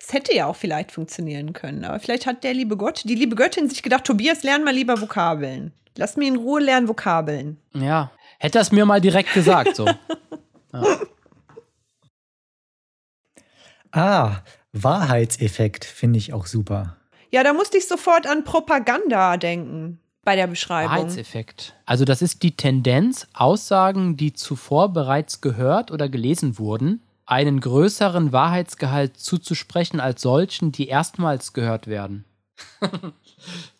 [SPEAKER 2] Es hätte ja auch vielleicht funktionieren können, aber vielleicht hat der liebe Gott, die liebe Göttin sich gedacht, Tobias, lern mal lieber Vokabeln. Lass mir in Ruhe lernen Vokabeln.
[SPEAKER 1] Ja, hätte er es mir mal direkt gesagt, so.
[SPEAKER 3] Ah, Wahrheitseffekt finde ich auch super.
[SPEAKER 2] Ja, da musste ich sofort an Propaganda denken bei der Beschreibung.
[SPEAKER 1] Wahrheitseffekt. Also das ist die Tendenz, Aussagen, die zuvor bereits gehört oder gelesen wurden, einen größeren Wahrheitsgehalt zuzusprechen als solchen, die erstmals gehört werden.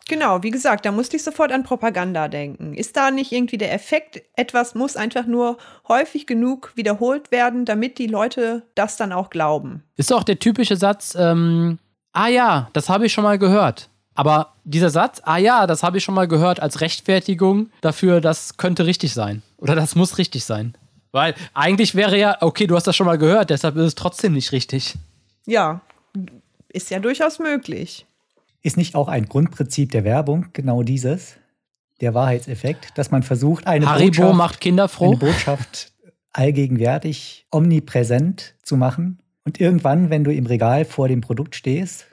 [SPEAKER 2] Genau, wie gesagt, da musste ich sofort an Propaganda denken. Ist da nicht irgendwie der Effekt, etwas muss einfach nur häufig genug wiederholt werden, damit die Leute das dann auch glauben?
[SPEAKER 1] Ist auch der typische Satz, ähm, ah ja, das habe ich schon mal gehört. Aber dieser Satz, ah ja, das habe ich schon mal gehört, als Rechtfertigung dafür, das könnte richtig sein. Oder das muss richtig sein. Weil eigentlich wäre ja, okay, du hast das schon mal gehört, deshalb ist es trotzdem nicht richtig.
[SPEAKER 2] Ja, ist ja durchaus möglich.
[SPEAKER 3] Ist nicht auch ein Grundprinzip der Werbung genau dieses, der Wahrheitseffekt, dass man versucht, eine
[SPEAKER 1] Haribo
[SPEAKER 3] Botschaft,
[SPEAKER 1] macht Kinder froh.
[SPEAKER 3] eine Botschaft allgegenwärtig, omnipräsent zu machen und irgendwann, wenn du im Regal vor dem Produkt stehst,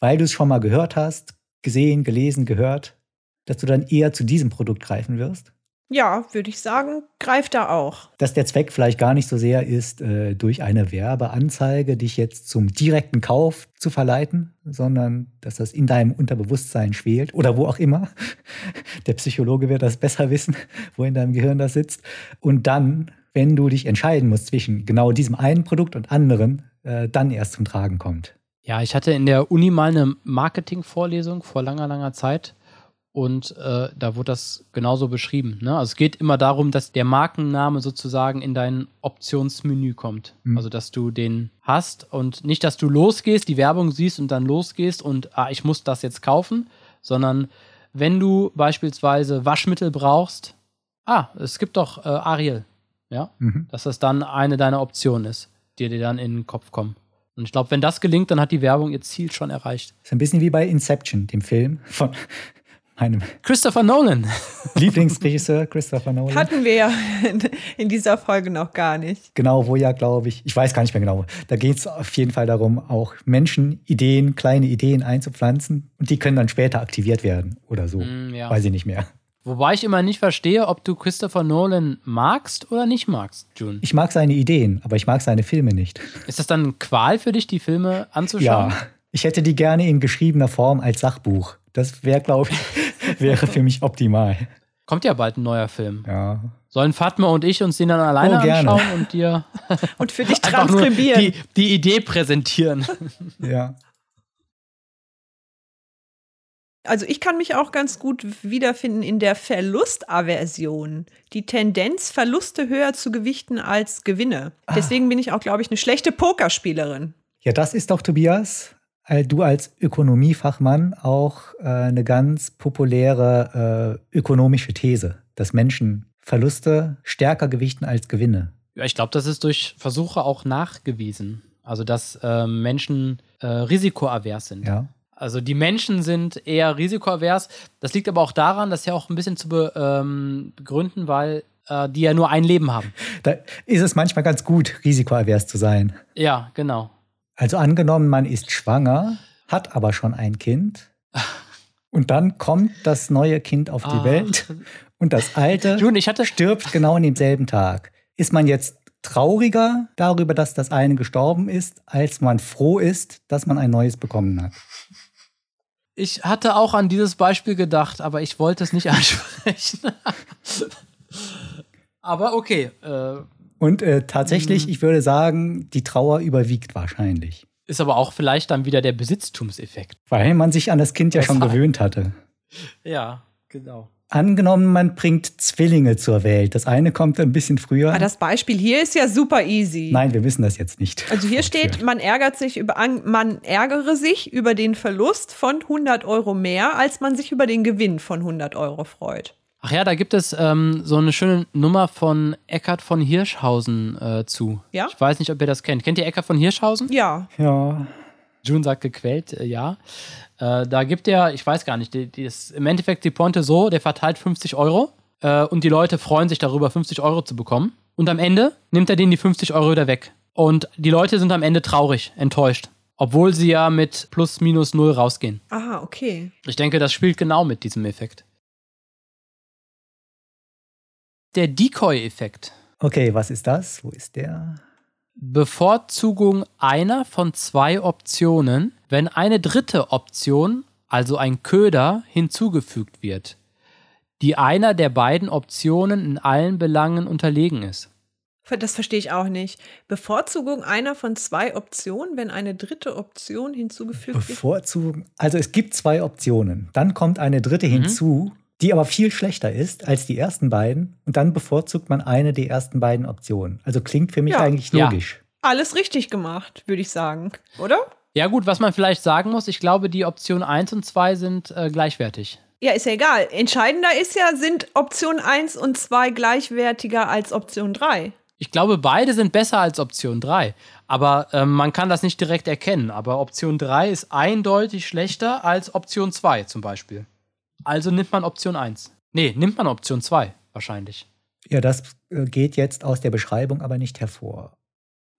[SPEAKER 3] weil du es schon mal gehört hast, gesehen, gelesen, gehört, dass du dann eher zu diesem Produkt greifen wirst.
[SPEAKER 2] Ja, würde ich sagen, greift da auch.
[SPEAKER 3] dass der Zweck vielleicht gar nicht so sehr ist, äh, durch eine Werbeanzeige dich jetzt zum direkten Kauf zu verleiten, sondern dass das in deinem Unterbewusstsein schwelt oder wo auch immer. Der Psychologe wird das besser wissen, wo in deinem Gehirn das sitzt. Und dann, wenn du dich entscheiden musst zwischen genau diesem einen Produkt und anderen, äh, dann erst zum Tragen kommt.
[SPEAKER 1] Ja, ich hatte in der Uni mal eine Marketingvorlesung vor langer, langer Zeit und äh, da wurde das genauso beschrieben. Ne? Also es geht immer darum, dass der Markenname sozusagen in dein Optionsmenü kommt.
[SPEAKER 3] Mhm.
[SPEAKER 1] Also dass du den hast und nicht, dass du losgehst, die Werbung siehst und dann losgehst und ah, ich muss das jetzt kaufen, sondern wenn du beispielsweise Waschmittel brauchst, ah, es gibt doch äh, Ariel, ja,
[SPEAKER 3] Mhm.
[SPEAKER 1] dass das dann eine deiner Optionen ist, die dir dann in den Kopf kommen. Und ich glaube, wenn das gelingt, dann hat die Werbung ihr Ziel schon erreicht.
[SPEAKER 3] Ist ein bisschen wie bei Inception, dem Film von meinem
[SPEAKER 1] Christopher Nolan.
[SPEAKER 3] Lieblingsregisseur Christopher
[SPEAKER 1] Mhm.
[SPEAKER 3] Nolan.
[SPEAKER 2] Hatten wir ja in, in dieser Folge noch gar nicht.
[SPEAKER 3] Genau, wo ja, glaube ich. Ich weiß gar nicht mehr genau. Da geht es auf jeden Fall darum, auch Menschen Ideen, kleine Ideen einzupflanzen und die können dann später aktiviert werden oder so.
[SPEAKER 1] Mm, ja.
[SPEAKER 3] Weiß ich nicht mehr.
[SPEAKER 1] Wobei ich immer nicht verstehe, ob du Christopher Nolan magst oder nicht magst, June.
[SPEAKER 3] Ich mag seine Ideen, aber ich mag seine Filme nicht.
[SPEAKER 1] Ist das dann eine Qual für dich, die Filme anzuschauen?
[SPEAKER 3] Ja, ich hätte die gerne in geschriebener Form als Sachbuch. Das wäre, glaube ich, wäre für mich optimal.
[SPEAKER 1] Kommt ja bald ein neuer Film.
[SPEAKER 3] Ja.
[SPEAKER 1] Sollen Fatma und ich uns den dann alleine
[SPEAKER 3] Oh, gerne.
[SPEAKER 1] anschauen und dir
[SPEAKER 2] Und für dich
[SPEAKER 1] einfach nur
[SPEAKER 2] transkribieren.
[SPEAKER 1] die, die Idee präsentieren?
[SPEAKER 3] Ja.
[SPEAKER 2] Also ich kann mich auch ganz gut wiederfinden in der Verlustaversion. Die Tendenz, Verluste höher zu gewichten als Gewinne.
[SPEAKER 1] Ah.
[SPEAKER 2] Deswegen bin ich auch, glaube ich, eine schlechte Pokerspielerin.
[SPEAKER 3] Ja, das ist doch, Tobias, äh, du als Ökonomiefachmann auch äh, eine ganz populäre äh, ökonomische These, dass Menschen Verluste stärker gewichten als Gewinne.
[SPEAKER 1] Ja, ich glaube, das ist durch Versuche auch nachgewiesen. Also, dass ähm, Menschen äh, risikoavers sind.
[SPEAKER 3] Ja.
[SPEAKER 1] Also die Menschen sind eher risikoavers. Das liegt aber auch daran, dass ja auch ein bisschen zu be, ähm, begründen, weil äh, die ja nur ein Leben haben.
[SPEAKER 3] Da ist es manchmal ganz gut, risikoavers zu sein.
[SPEAKER 1] Ja, genau.
[SPEAKER 3] Also angenommen, man ist schwanger, hat aber schon ein Kind. Und dann kommt das neue Kind auf die
[SPEAKER 1] Ah.
[SPEAKER 3] Welt und das alte
[SPEAKER 1] Jun, ich hatte
[SPEAKER 3] stirbt genau an demselben Tag. Ist man jetzt trauriger darüber, dass das eine gestorben ist, als man froh ist, dass man ein neues bekommen hat?
[SPEAKER 1] Ich hatte auch an dieses Beispiel gedacht, aber ich wollte es nicht ansprechen. aber okay, äh,
[SPEAKER 3] Und äh,
[SPEAKER 2] Mhm.
[SPEAKER 3] tatsächlich, ich würde sagen, die Trauer überwiegt wahrscheinlich,
[SPEAKER 1] ist aber auch vielleicht dann wieder der Besitztumseffekt.
[SPEAKER 3] weil man sich an das Kind ja schon
[SPEAKER 1] Total.
[SPEAKER 3] gewöhnt hatte.
[SPEAKER 1] Ja, genau.
[SPEAKER 3] Angenommen, man bringt Zwillinge zur Welt. Das eine kommt ein bisschen früher.
[SPEAKER 2] Aber Ah, das Beispiel hier ist ja super easy.
[SPEAKER 3] Nein, wir wissen das jetzt nicht.
[SPEAKER 2] Also hier steht, man ärgert sich über, an- man ärgere sich über den Verlust von 100 Euro mehr, als man sich über den Gewinn von 100 Euro freut.
[SPEAKER 1] Ach ja, da gibt es ähm, so eine schöne Nummer von Eckhard von Hirschhausen äh, zu.
[SPEAKER 2] Ja?
[SPEAKER 1] Ich weiß nicht, ob ihr das kennt. Kennt ihr Eckhard von Hirschhausen?
[SPEAKER 2] Ja,
[SPEAKER 3] Ja,
[SPEAKER 1] June sagt gequält, äh, ja. Äh, da gibt er, ich weiß gar nicht, die, die ist im Endeffekt die Ponte so, der verteilt 50 Euro äh, und die Leute freuen sich darüber, 50 Euro zu bekommen. Und am Ende nimmt er denen die 50 Euro wieder weg. Und die Leute sind am Ende traurig, enttäuscht. Obwohl sie ja mit plus minus null rausgehen.
[SPEAKER 2] ah, okay.
[SPEAKER 1] Ich denke, das spielt genau mit diesem Effekt. Der Decoy-Effekt.
[SPEAKER 3] Okay, was ist das? Wo ist der?
[SPEAKER 1] Bevorzugung einer von zwei Optionen, wenn eine dritte Option, also ein Köder, hinzugefügt wird, die einer der beiden Optionen in allen Belangen unterlegen ist.
[SPEAKER 2] Das verstehe ich auch nicht. Bevorzugung einer von zwei Optionen, wenn eine dritte Option hinzugefügt wird.
[SPEAKER 3] Bevorzugen. Also es gibt zwei Optionen. Dann kommt eine dritte hinzu, die aber viel schlechter ist als die ersten beiden. Und dann bevorzugt man eine der ersten beiden Optionen. Also klingt für mich
[SPEAKER 2] Ja.
[SPEAKER 3] eigentlich
[SPEAKER 1] Ja.
[SPEAKER 3] logisch.
[SPEAKER 2] Alles richtig gemacht, würde ich sagen, oder?
[SPEAKER 1] Ja gut, was man vielleicht sagen muss, ich glaube, die Option 1 und 2 sind äh, gleichwertig.
[SPEAKER 2] Ja, ist ja egal. Entscheidender ist ja, sind Option 1 und 2 gleichwertiger als Option 3.
[SPEAKER 1] Ich glaube, beide sind besser als Option 3, aber ähm, man kann das nicht direkt erkennen. Aber Option 3 ist eindeutig schlechter als Option 2 zum Beispiel. Also nimmt man Option 1. Nee, nimmt man Option 2 wahrscheinlich.
[SPEAKER 3] Ja, das äh, geht jetzt aus der Beschreibung aber nicht hervor.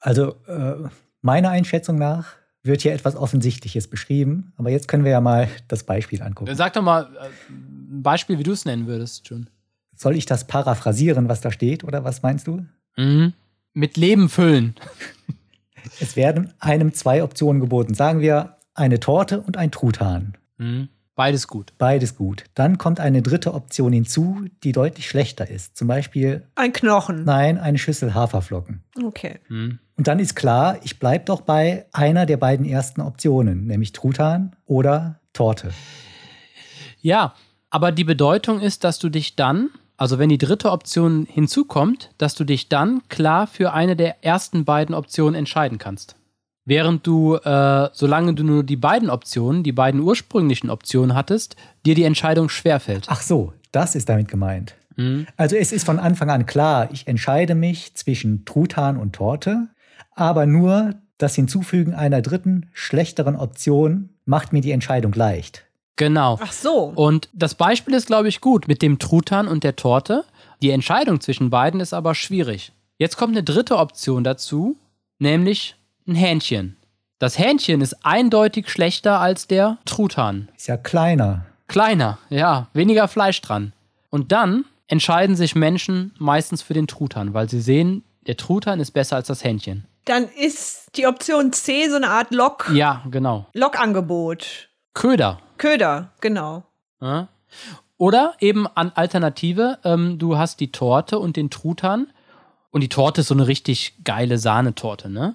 [SPEAKER 3] Also äh, meiner Einschätzung nach wird hier etwas Offensichtliches beschrieben. Aber jetzt können wir ja mal das Beispiel angucken.
[SPEAKER 1] Sag doch mal äh, ein Beispiel, wie du es nennen würdest, Jun.
[SPEAKER 3] Soll ich das paraphrasieren, was da steht? Oder was meinst du?
[SPEAKER 1] Mit Leben füllen.
[SPEAKER 3] Es werden einem zwei Optionen geboten. Sagen wir eine Torte und ein Truthahn.
[SPEAKER 1] Beides gut.
[SPEAKER 3] Beides gut. Dann kommt eine dritte Option hinzu, die deutlich schlechter ist. Zum Beispiel,
[SPEAKER 2] Ein Knochen.
[SPEAKER 3] nein, eine Schüssel Haferflocken.
[SPEAKER 2] Okay.
[SPEAKER 3] Und dann ist klar, ich bleibe doch bei einer der beiden ersten Optionen, nämlich Truthahn oder Torte.
[SPEAKER 1] Ja, aber die Bedeutung ist, dass du dich dann, also wenn die dritte Option hinzukommt, dass du dich dann klar für eine der ersten beiden Optionen entscheiden kannst. Während du, äh, solange du nur die beiden Optionen, die beiden ursprünglichen Optionen hattest, dir die Entscheidung schwerfällt.
[SPEAKER 3] Ach so, das ist damit gemeint. Also es ist von Anfang an klar, ich entscheide mich zwischen Truthahn und Torte, aber nur das Hinzufügen einer dritten, schlechteren Option macht mir die Entscheidung leicht.
[SPEAKER 1] Genau.
[SPEAKER 2] Ach so.
[SPEAKER 1] Und das Beispiel ist, glaube ich, gut mit dem Truthahn und der Torte. Die Entscheidung zwischen beiden ist aber schwierig. Jetzt kommt eine dritte Option dazu, nämlich ein Hähnchen. Das Hähnchen ist eindeutig schlechter als der Truthahn.
[SPEAKER 3] Ist ja kleiner.
[SPEAKER 1] Kleiner, ja, weniger Fleisch dran. Und dann entscheiden sich Menschen meistens für den Truthahn, weil sie sehen, der Truthahn ist besser als das Hähnchen.
[SPEAKER 2] Dann ist die Option C so eine Art Lock,
[SPEAKER 1] Ja, genau.
[SPEAKER 2] Lockangebot.
[SPEAKER 1] Köder.
[SPEAKER 2] Köder, genau.
[SPEAKER 1] Ja? Oder eben an Alternative, ähm, du hast die Torte und den Truthahn. Und die Torte ist so eine richtig geile Sahnetorte, ne?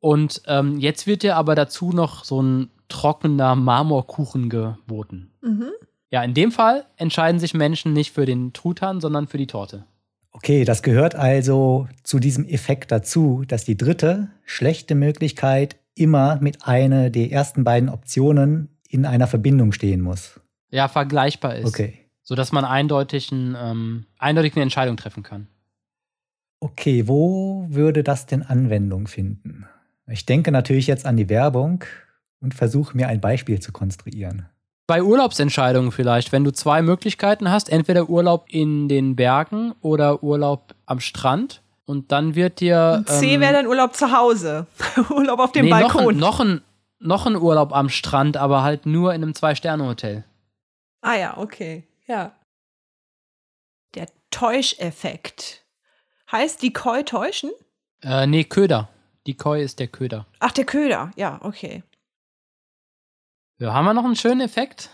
[SPEAKER 1] Und ähm, jetzt wird dir aber dazu noch so ein trockener Marmorkuchen geboten.
[SPEAKER 2] Mhm.
[SPEAKER 1] Ja, in dem Fall entscheiden sich Menschen nicht für den Truthahn, sondern für die Torte.
[SPEAKER 3] Okay, das gehört also zu diesem Effekt dazu, dass die dritte schlechte Möglichkeit immer mit einer der ersten beiden Optionen in einer Verbindung stehen muss.
[SPEAKER 1] Ja, vergleichbar ist.
[SPEAKER 3] Okay.
[SPEAKER 1] Sodass man eindeutig, ein, ähm, eindeutig eine Entscheidung treffen kann.
[SPEAKER 3] Okay, wo würde das denn Anwendung finden? Ich denke natürlich jetzt an die Werbung und versuche mir ein Beispiel zu konstruieren.
[SPEAKER 1] Bei Urlaubsentscheidungen vielleicht, wenn du zwei Möglichkeiten hast, entweder Urlaub in den Bergen oder Urlaub am Strand. Und dann wird dir.
[SPEAKER 2] Und C
[SPEAKER 1] ähm,
[SPEAKER 2] wäre dann Urlaub zu Hause. Urlaub auf dem
[SPEAKER 1] nee,
[SPEAKER 2] Balkon.
[SPEAKER 1] Noch ein, noch, ein, noch ein Urlaub am Strand, aber halt nur in einem Zwei-Sterne-Hotel.
[SPEAKER 2] Ah ja, okay. Ja. Der Täuscheffekt. Heißt die Koi täuschen?
[SPEAKER 1] Äh, nee, Köder. Die Koi ist der Köder.
[SPEAKER 2] Ach, der Köder. Ja, okay.
[SPEAKER 1] Ja, haben wir noch einen schönen Effekt?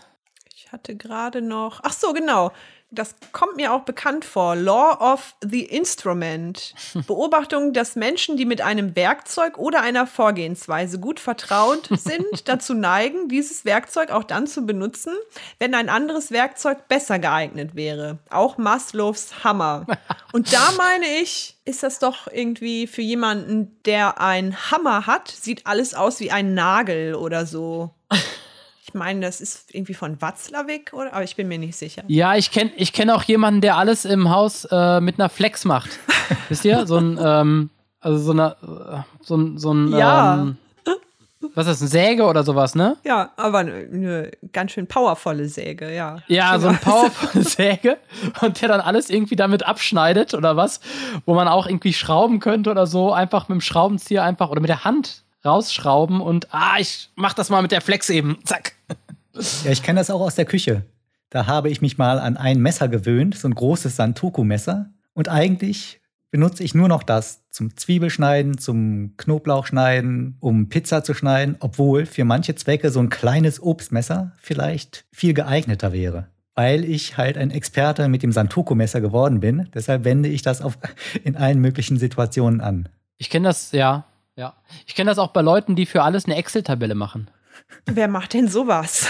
[SPEAKER 2] Ich hatte gerade noch. Ach so, genau. Das kommt mir auch bekannt vor. Law of the Instrument. Beobachtung, dass Menschen, die mit einem Werkzeug oder einer Vorgehensweise gut vertraut sind, dazu neigen, dieses Werkzeug auch dann zu benutzen, wenn ein anderes Werkzeug besser geeignet wäre. Auch Maslows Hammer. Und da meine ich, ist das doch irgendwie für jemanden, der einen Hammer hat, sieht alles aus wie ein Nagel oder so. Ich meine, das ist irgendwie von Watzlawick, oder? Aber ich bin mir nicht sicher.
[SPEAKER 1] Ja, ich kenne ich kenn auch jemanden, der alles im Haus äh, mit einer Flex macht. Wisst ihr? So ein, ähm, also so eine, äh, so ein, so ein,
[SPEAKER 2] Ja.
[SPEAKER 1] ähm, was ist das, eine Säge oder sowas, ne?
[SPEAKER 2] Ja, aber eine, eine ganz schön powervolle Säge, ja. Genau.
[SPEAKER 1] Ja, so ein powervolle Säge und der dann alles irgendwie damit abschneidet oder was, wo man auch irgendwie schrauben könnte oder so, einfach mit dem Schraubenzieher einfach oder mit der Hand rausschrauben und ah, ich mach das mal mit der Flex eben, zack.
[SPEAKER 3] Ja, ich kenne das auch aus der Küche. Da habe ich mich mal an ein Messer gewöhnt, so ein großes Santoku-Messer. Und eigentlich benutze ich nur noch das zum Zwiebelschneiden, zum Knoblauchschneiden, um Pizza zu schneiden, obwohl für manche Zwecke so ein kleines Obstmesser vielleicht viel geeigneter wäre. Weil ich halt ein Experte mit dem Santoku-Messer geworden bin. Deshalb wende ich das auf, in allen möglichen Situationen an.
[SPEAKER 1] Ich kenne das, ja, ja. Ich kenne das auch bei Leuten, die für alles eine Excel-Tabelle machen.
[SPEAKER 2] Wer macht denn sowas?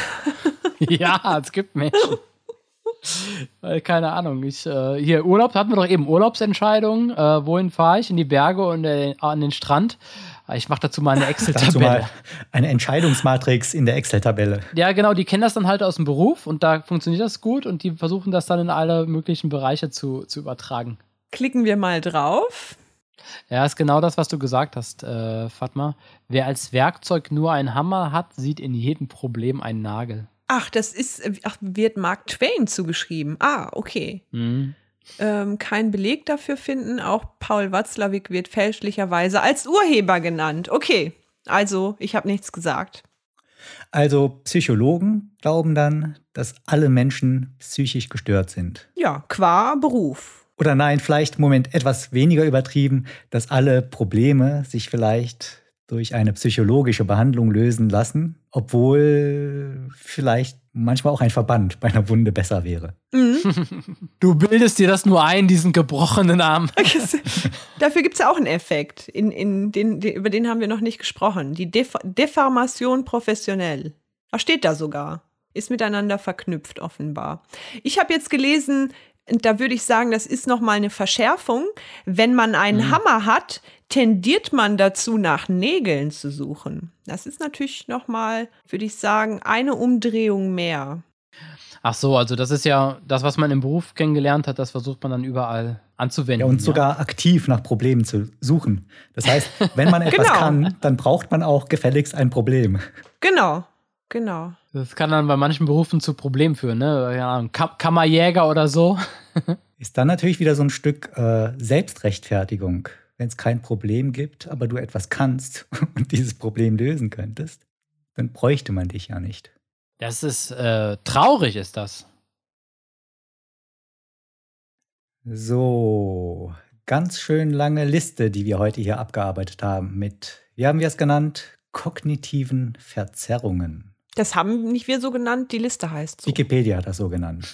[SPEAKER 1] ja, es gibt Menschen. Äh, Keine Ahnung. Ich, äh, hier, Urlaub, hatten wir doch eben Urlaubsentscheidungen. Äh, wohin fahre ich? In die Berge und äh, an den Strand. Äh, Ich mache dazu mal eine
[SPEAKER 3] Dazu mal
[SPEAKER 1] Excel-Tabelle.
[SPEAKER 3] eine Entscheidungsmatrix in der Excel-Tabelle.
[SPEAKER 1] Ja, genau, die kennen das dann halt aus dem Beruf und da funktioniert das gut und die versuchen das dann in alle möglichen Bereiche zu, zu übertragen.
[SPEAKER 2] Klicken wir mal drauf.
[SPEAKER 1] Ja, ist genau das, was du gesagt hast, äh, Fatma. Wer als Werkzeug nur einen Hammer hat, sieht in jedem Problem einen Nagel.
[SPEAKER 2] Ach, das ist, äh, ach, wird Mark Twain zugeschrieben. Ah, okay.
[SPEAKER 1] Mhm.
[SPEAKER 2] Ähm, kein Beleg dafür finden. Auch Paul Watzlawick wird fälschlicherweise als Urheber genannt. Okay, also ich habe nichts gesagt.
[SPEAKER 3] Also Psychologen glauben dann, dass alle Menschen psychisch gestört sind.
[SPEAKER 2] Ja, qua Beruf.
[SPEAKER 3] Oder nein, vielleicht, Moment, etwas weniger übertrieben, dass alle Probleme sich vielleicht durch eine psychologische Behandlung lösen lassen, obwohl vielleicht manchmal auch ein Verband bei einer Wunde besser wäre.
[SPEAKER 2] Mhm.
[SPEAKER 1] Du bildest dir das nur ein, diesen gebrochenen Arm.
[SPEAKER 2] Dafür gibt es ja auch einen Effekt. In, in den, den, über den haben wir noch nicht gesprochen. Die Def Deformation professionell. Da steht da sogar. Ist miteinander verknüpft, offenbar. Ich habe jetzt gelesen, und da würde ich sagen, das ist nochmal eine Verschärfung. Wenn man einen Hammer hat, tendiert man dazu, nach Nägeln zu suchen. Das ist natürlich nochmal, würde ich sagen, eine Umdrehung mehr.
[SPEAKER 1] Ach so, also das ist ja das, was man im Beruf kennengelernt hat, das versucht man dann überall anzuwenden.
[SPEAKER 3] Ja, und sogar aktiv nach Problemen zu suchen. Das heißt, wenn man etwas
[SPEAKER 2] Genau.
[SPEAKER 3] kann, dann braucht man auch gefälligst ein Problem.
[SPEAKER 2] Genau, genau.
[SPEAKER 1] Das kann dann bei manchen Berufen zu Problemen führen, ne? Ja, ein Kam Kammerjäger oder so.
[SPEAKER 3] Ist dann natürlich wieder so ein Stück äh, Selbstrechtfertigung. Wenn es kein Problem gibt, aber du etwas kannst und dieses Problem lösen könntest, dann bräuchte man dich ja nicht.
[SPEAKER 1] Das ist äh, traurig, ist das.
[SPEAKER 3] So, ganz schön lange Liste, die wir heute hier abgearbeitet haben mit, wie haben wir es genannt, kognitiven Verzerrungen.
[SPEAKER 2] Das haben nicht wir so genannt, die Liste heißt so.
[SPEAKER 3] Wikipedia hat das so genannt.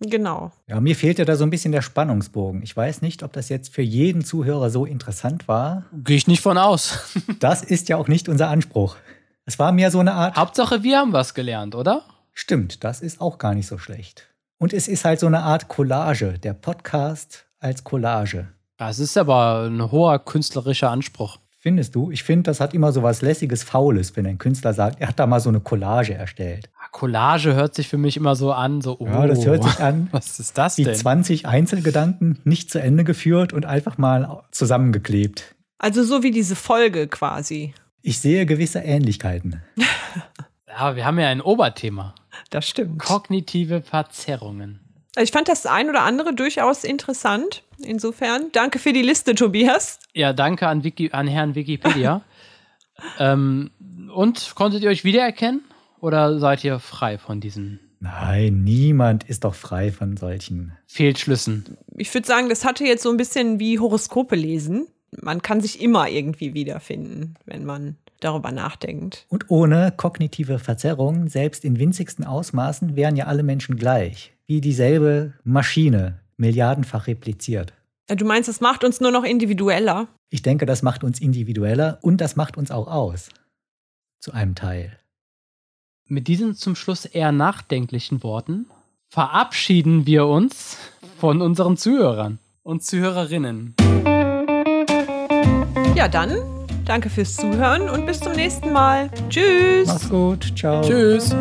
[SPEAKER 2] Genau.
[SPEAKER 3] Ja, mir fehlte da so ein bisschen der Spannungsbogen. Ich weiß nicht, ob das jetzt für jeden Zuhörer so interessant war.
[SPEAKER 1] Gehe ich nicht von aus.
[SPEAKER 3] Das ist ja auch nicht unser Anspruch. Es war mehr so eine Art,
[SPEAKER 1] Hauptsache, wir haben was gelernt, oder?
[SPEAKER 3] stimmt, das ist auch gar nicht so schlecht. Und es ist halt so eine Art Collage, der Podcast als Collage.
[SPEAKER 1] Das ist aber ein hoher künstlerischer Anspruch.
[SPEAKER 3] Findest du? Ich finde, das hat immer so was lässiges Faules, wenn ein Künstler sagt, er hat da mal so eine Collage erstellt.
[SPEAKER 1] Ah, Collage hört sich für mich immer so an, so, oh,
[SPEAKER 3] Ja, das hört sich an
[SPEAKER 1] was ist das
[SPEAKER 3] wie
[SPEAKER 1] denn?
[SPEAKER 3] 20 Einzelgedanken nicht zu Ende geführt und einfach mal zusammengeklebt.
[SPEAKER 2] Also so wie diese Folge quasi.
[SPEAKER 3] Ich sehe gewisse Ähnlichkeiten.
[SPEAKER 1] Ja, wir haben ja ein Oberthema.
[SPEAKER 2] Das stimmt.
[SPEAKER 1] Kognitive Verzerrungen.
[SPEAKER 2] Also ich fand das ein oder andere durchaus interessant. Insofern, danke für die Liste, Tobias.
[SPEAKER 1] Ja, danke an, Wiki, an Herrn Wikipedia. ähm, und konntet ihr euch wiedererkennen? Oder seid ihr frei von diesen
[SPEAKER 3] Nein, niemand ist doch frei von solchen.
[SPEAKER 1] Fehlschlüssen?
[SPEAKER 2] Ich würde sagen, das hatte jetzt so ein bisschen wie Horoskope lesen. Man kann sich immer irgendwie wiederfinden, wenn man darüber nachdenkt.
[SPEAKER 3] Und ohne kognitive Verzerrung, selbst in winzigsten Ausmaßen, wären ja alle Menschen gleich, wie dieselbe Maschine, milliardenfach repliziert.
[SPEAKER 2] Äh, Du meinst, das macht uns nur noch individueller?
[SPEAKER 3] Ich denke, das macht uns individueller und das macht uns auch aus. Zu einem Teil.
[SPEAKER 1] Mit diesen zum Schluss eher nachdenklichen Worten verabschieden wir uns von unseren Zuhörern und Zuhörerinnen.
[SPEAKER 2] Ja, dann danke fürs Zuhören und bis zum nächsten Mal. Tschüss.
[SPEAKER 3] Mach's gut, ciao.
[SPEAKER 1] Tschüss.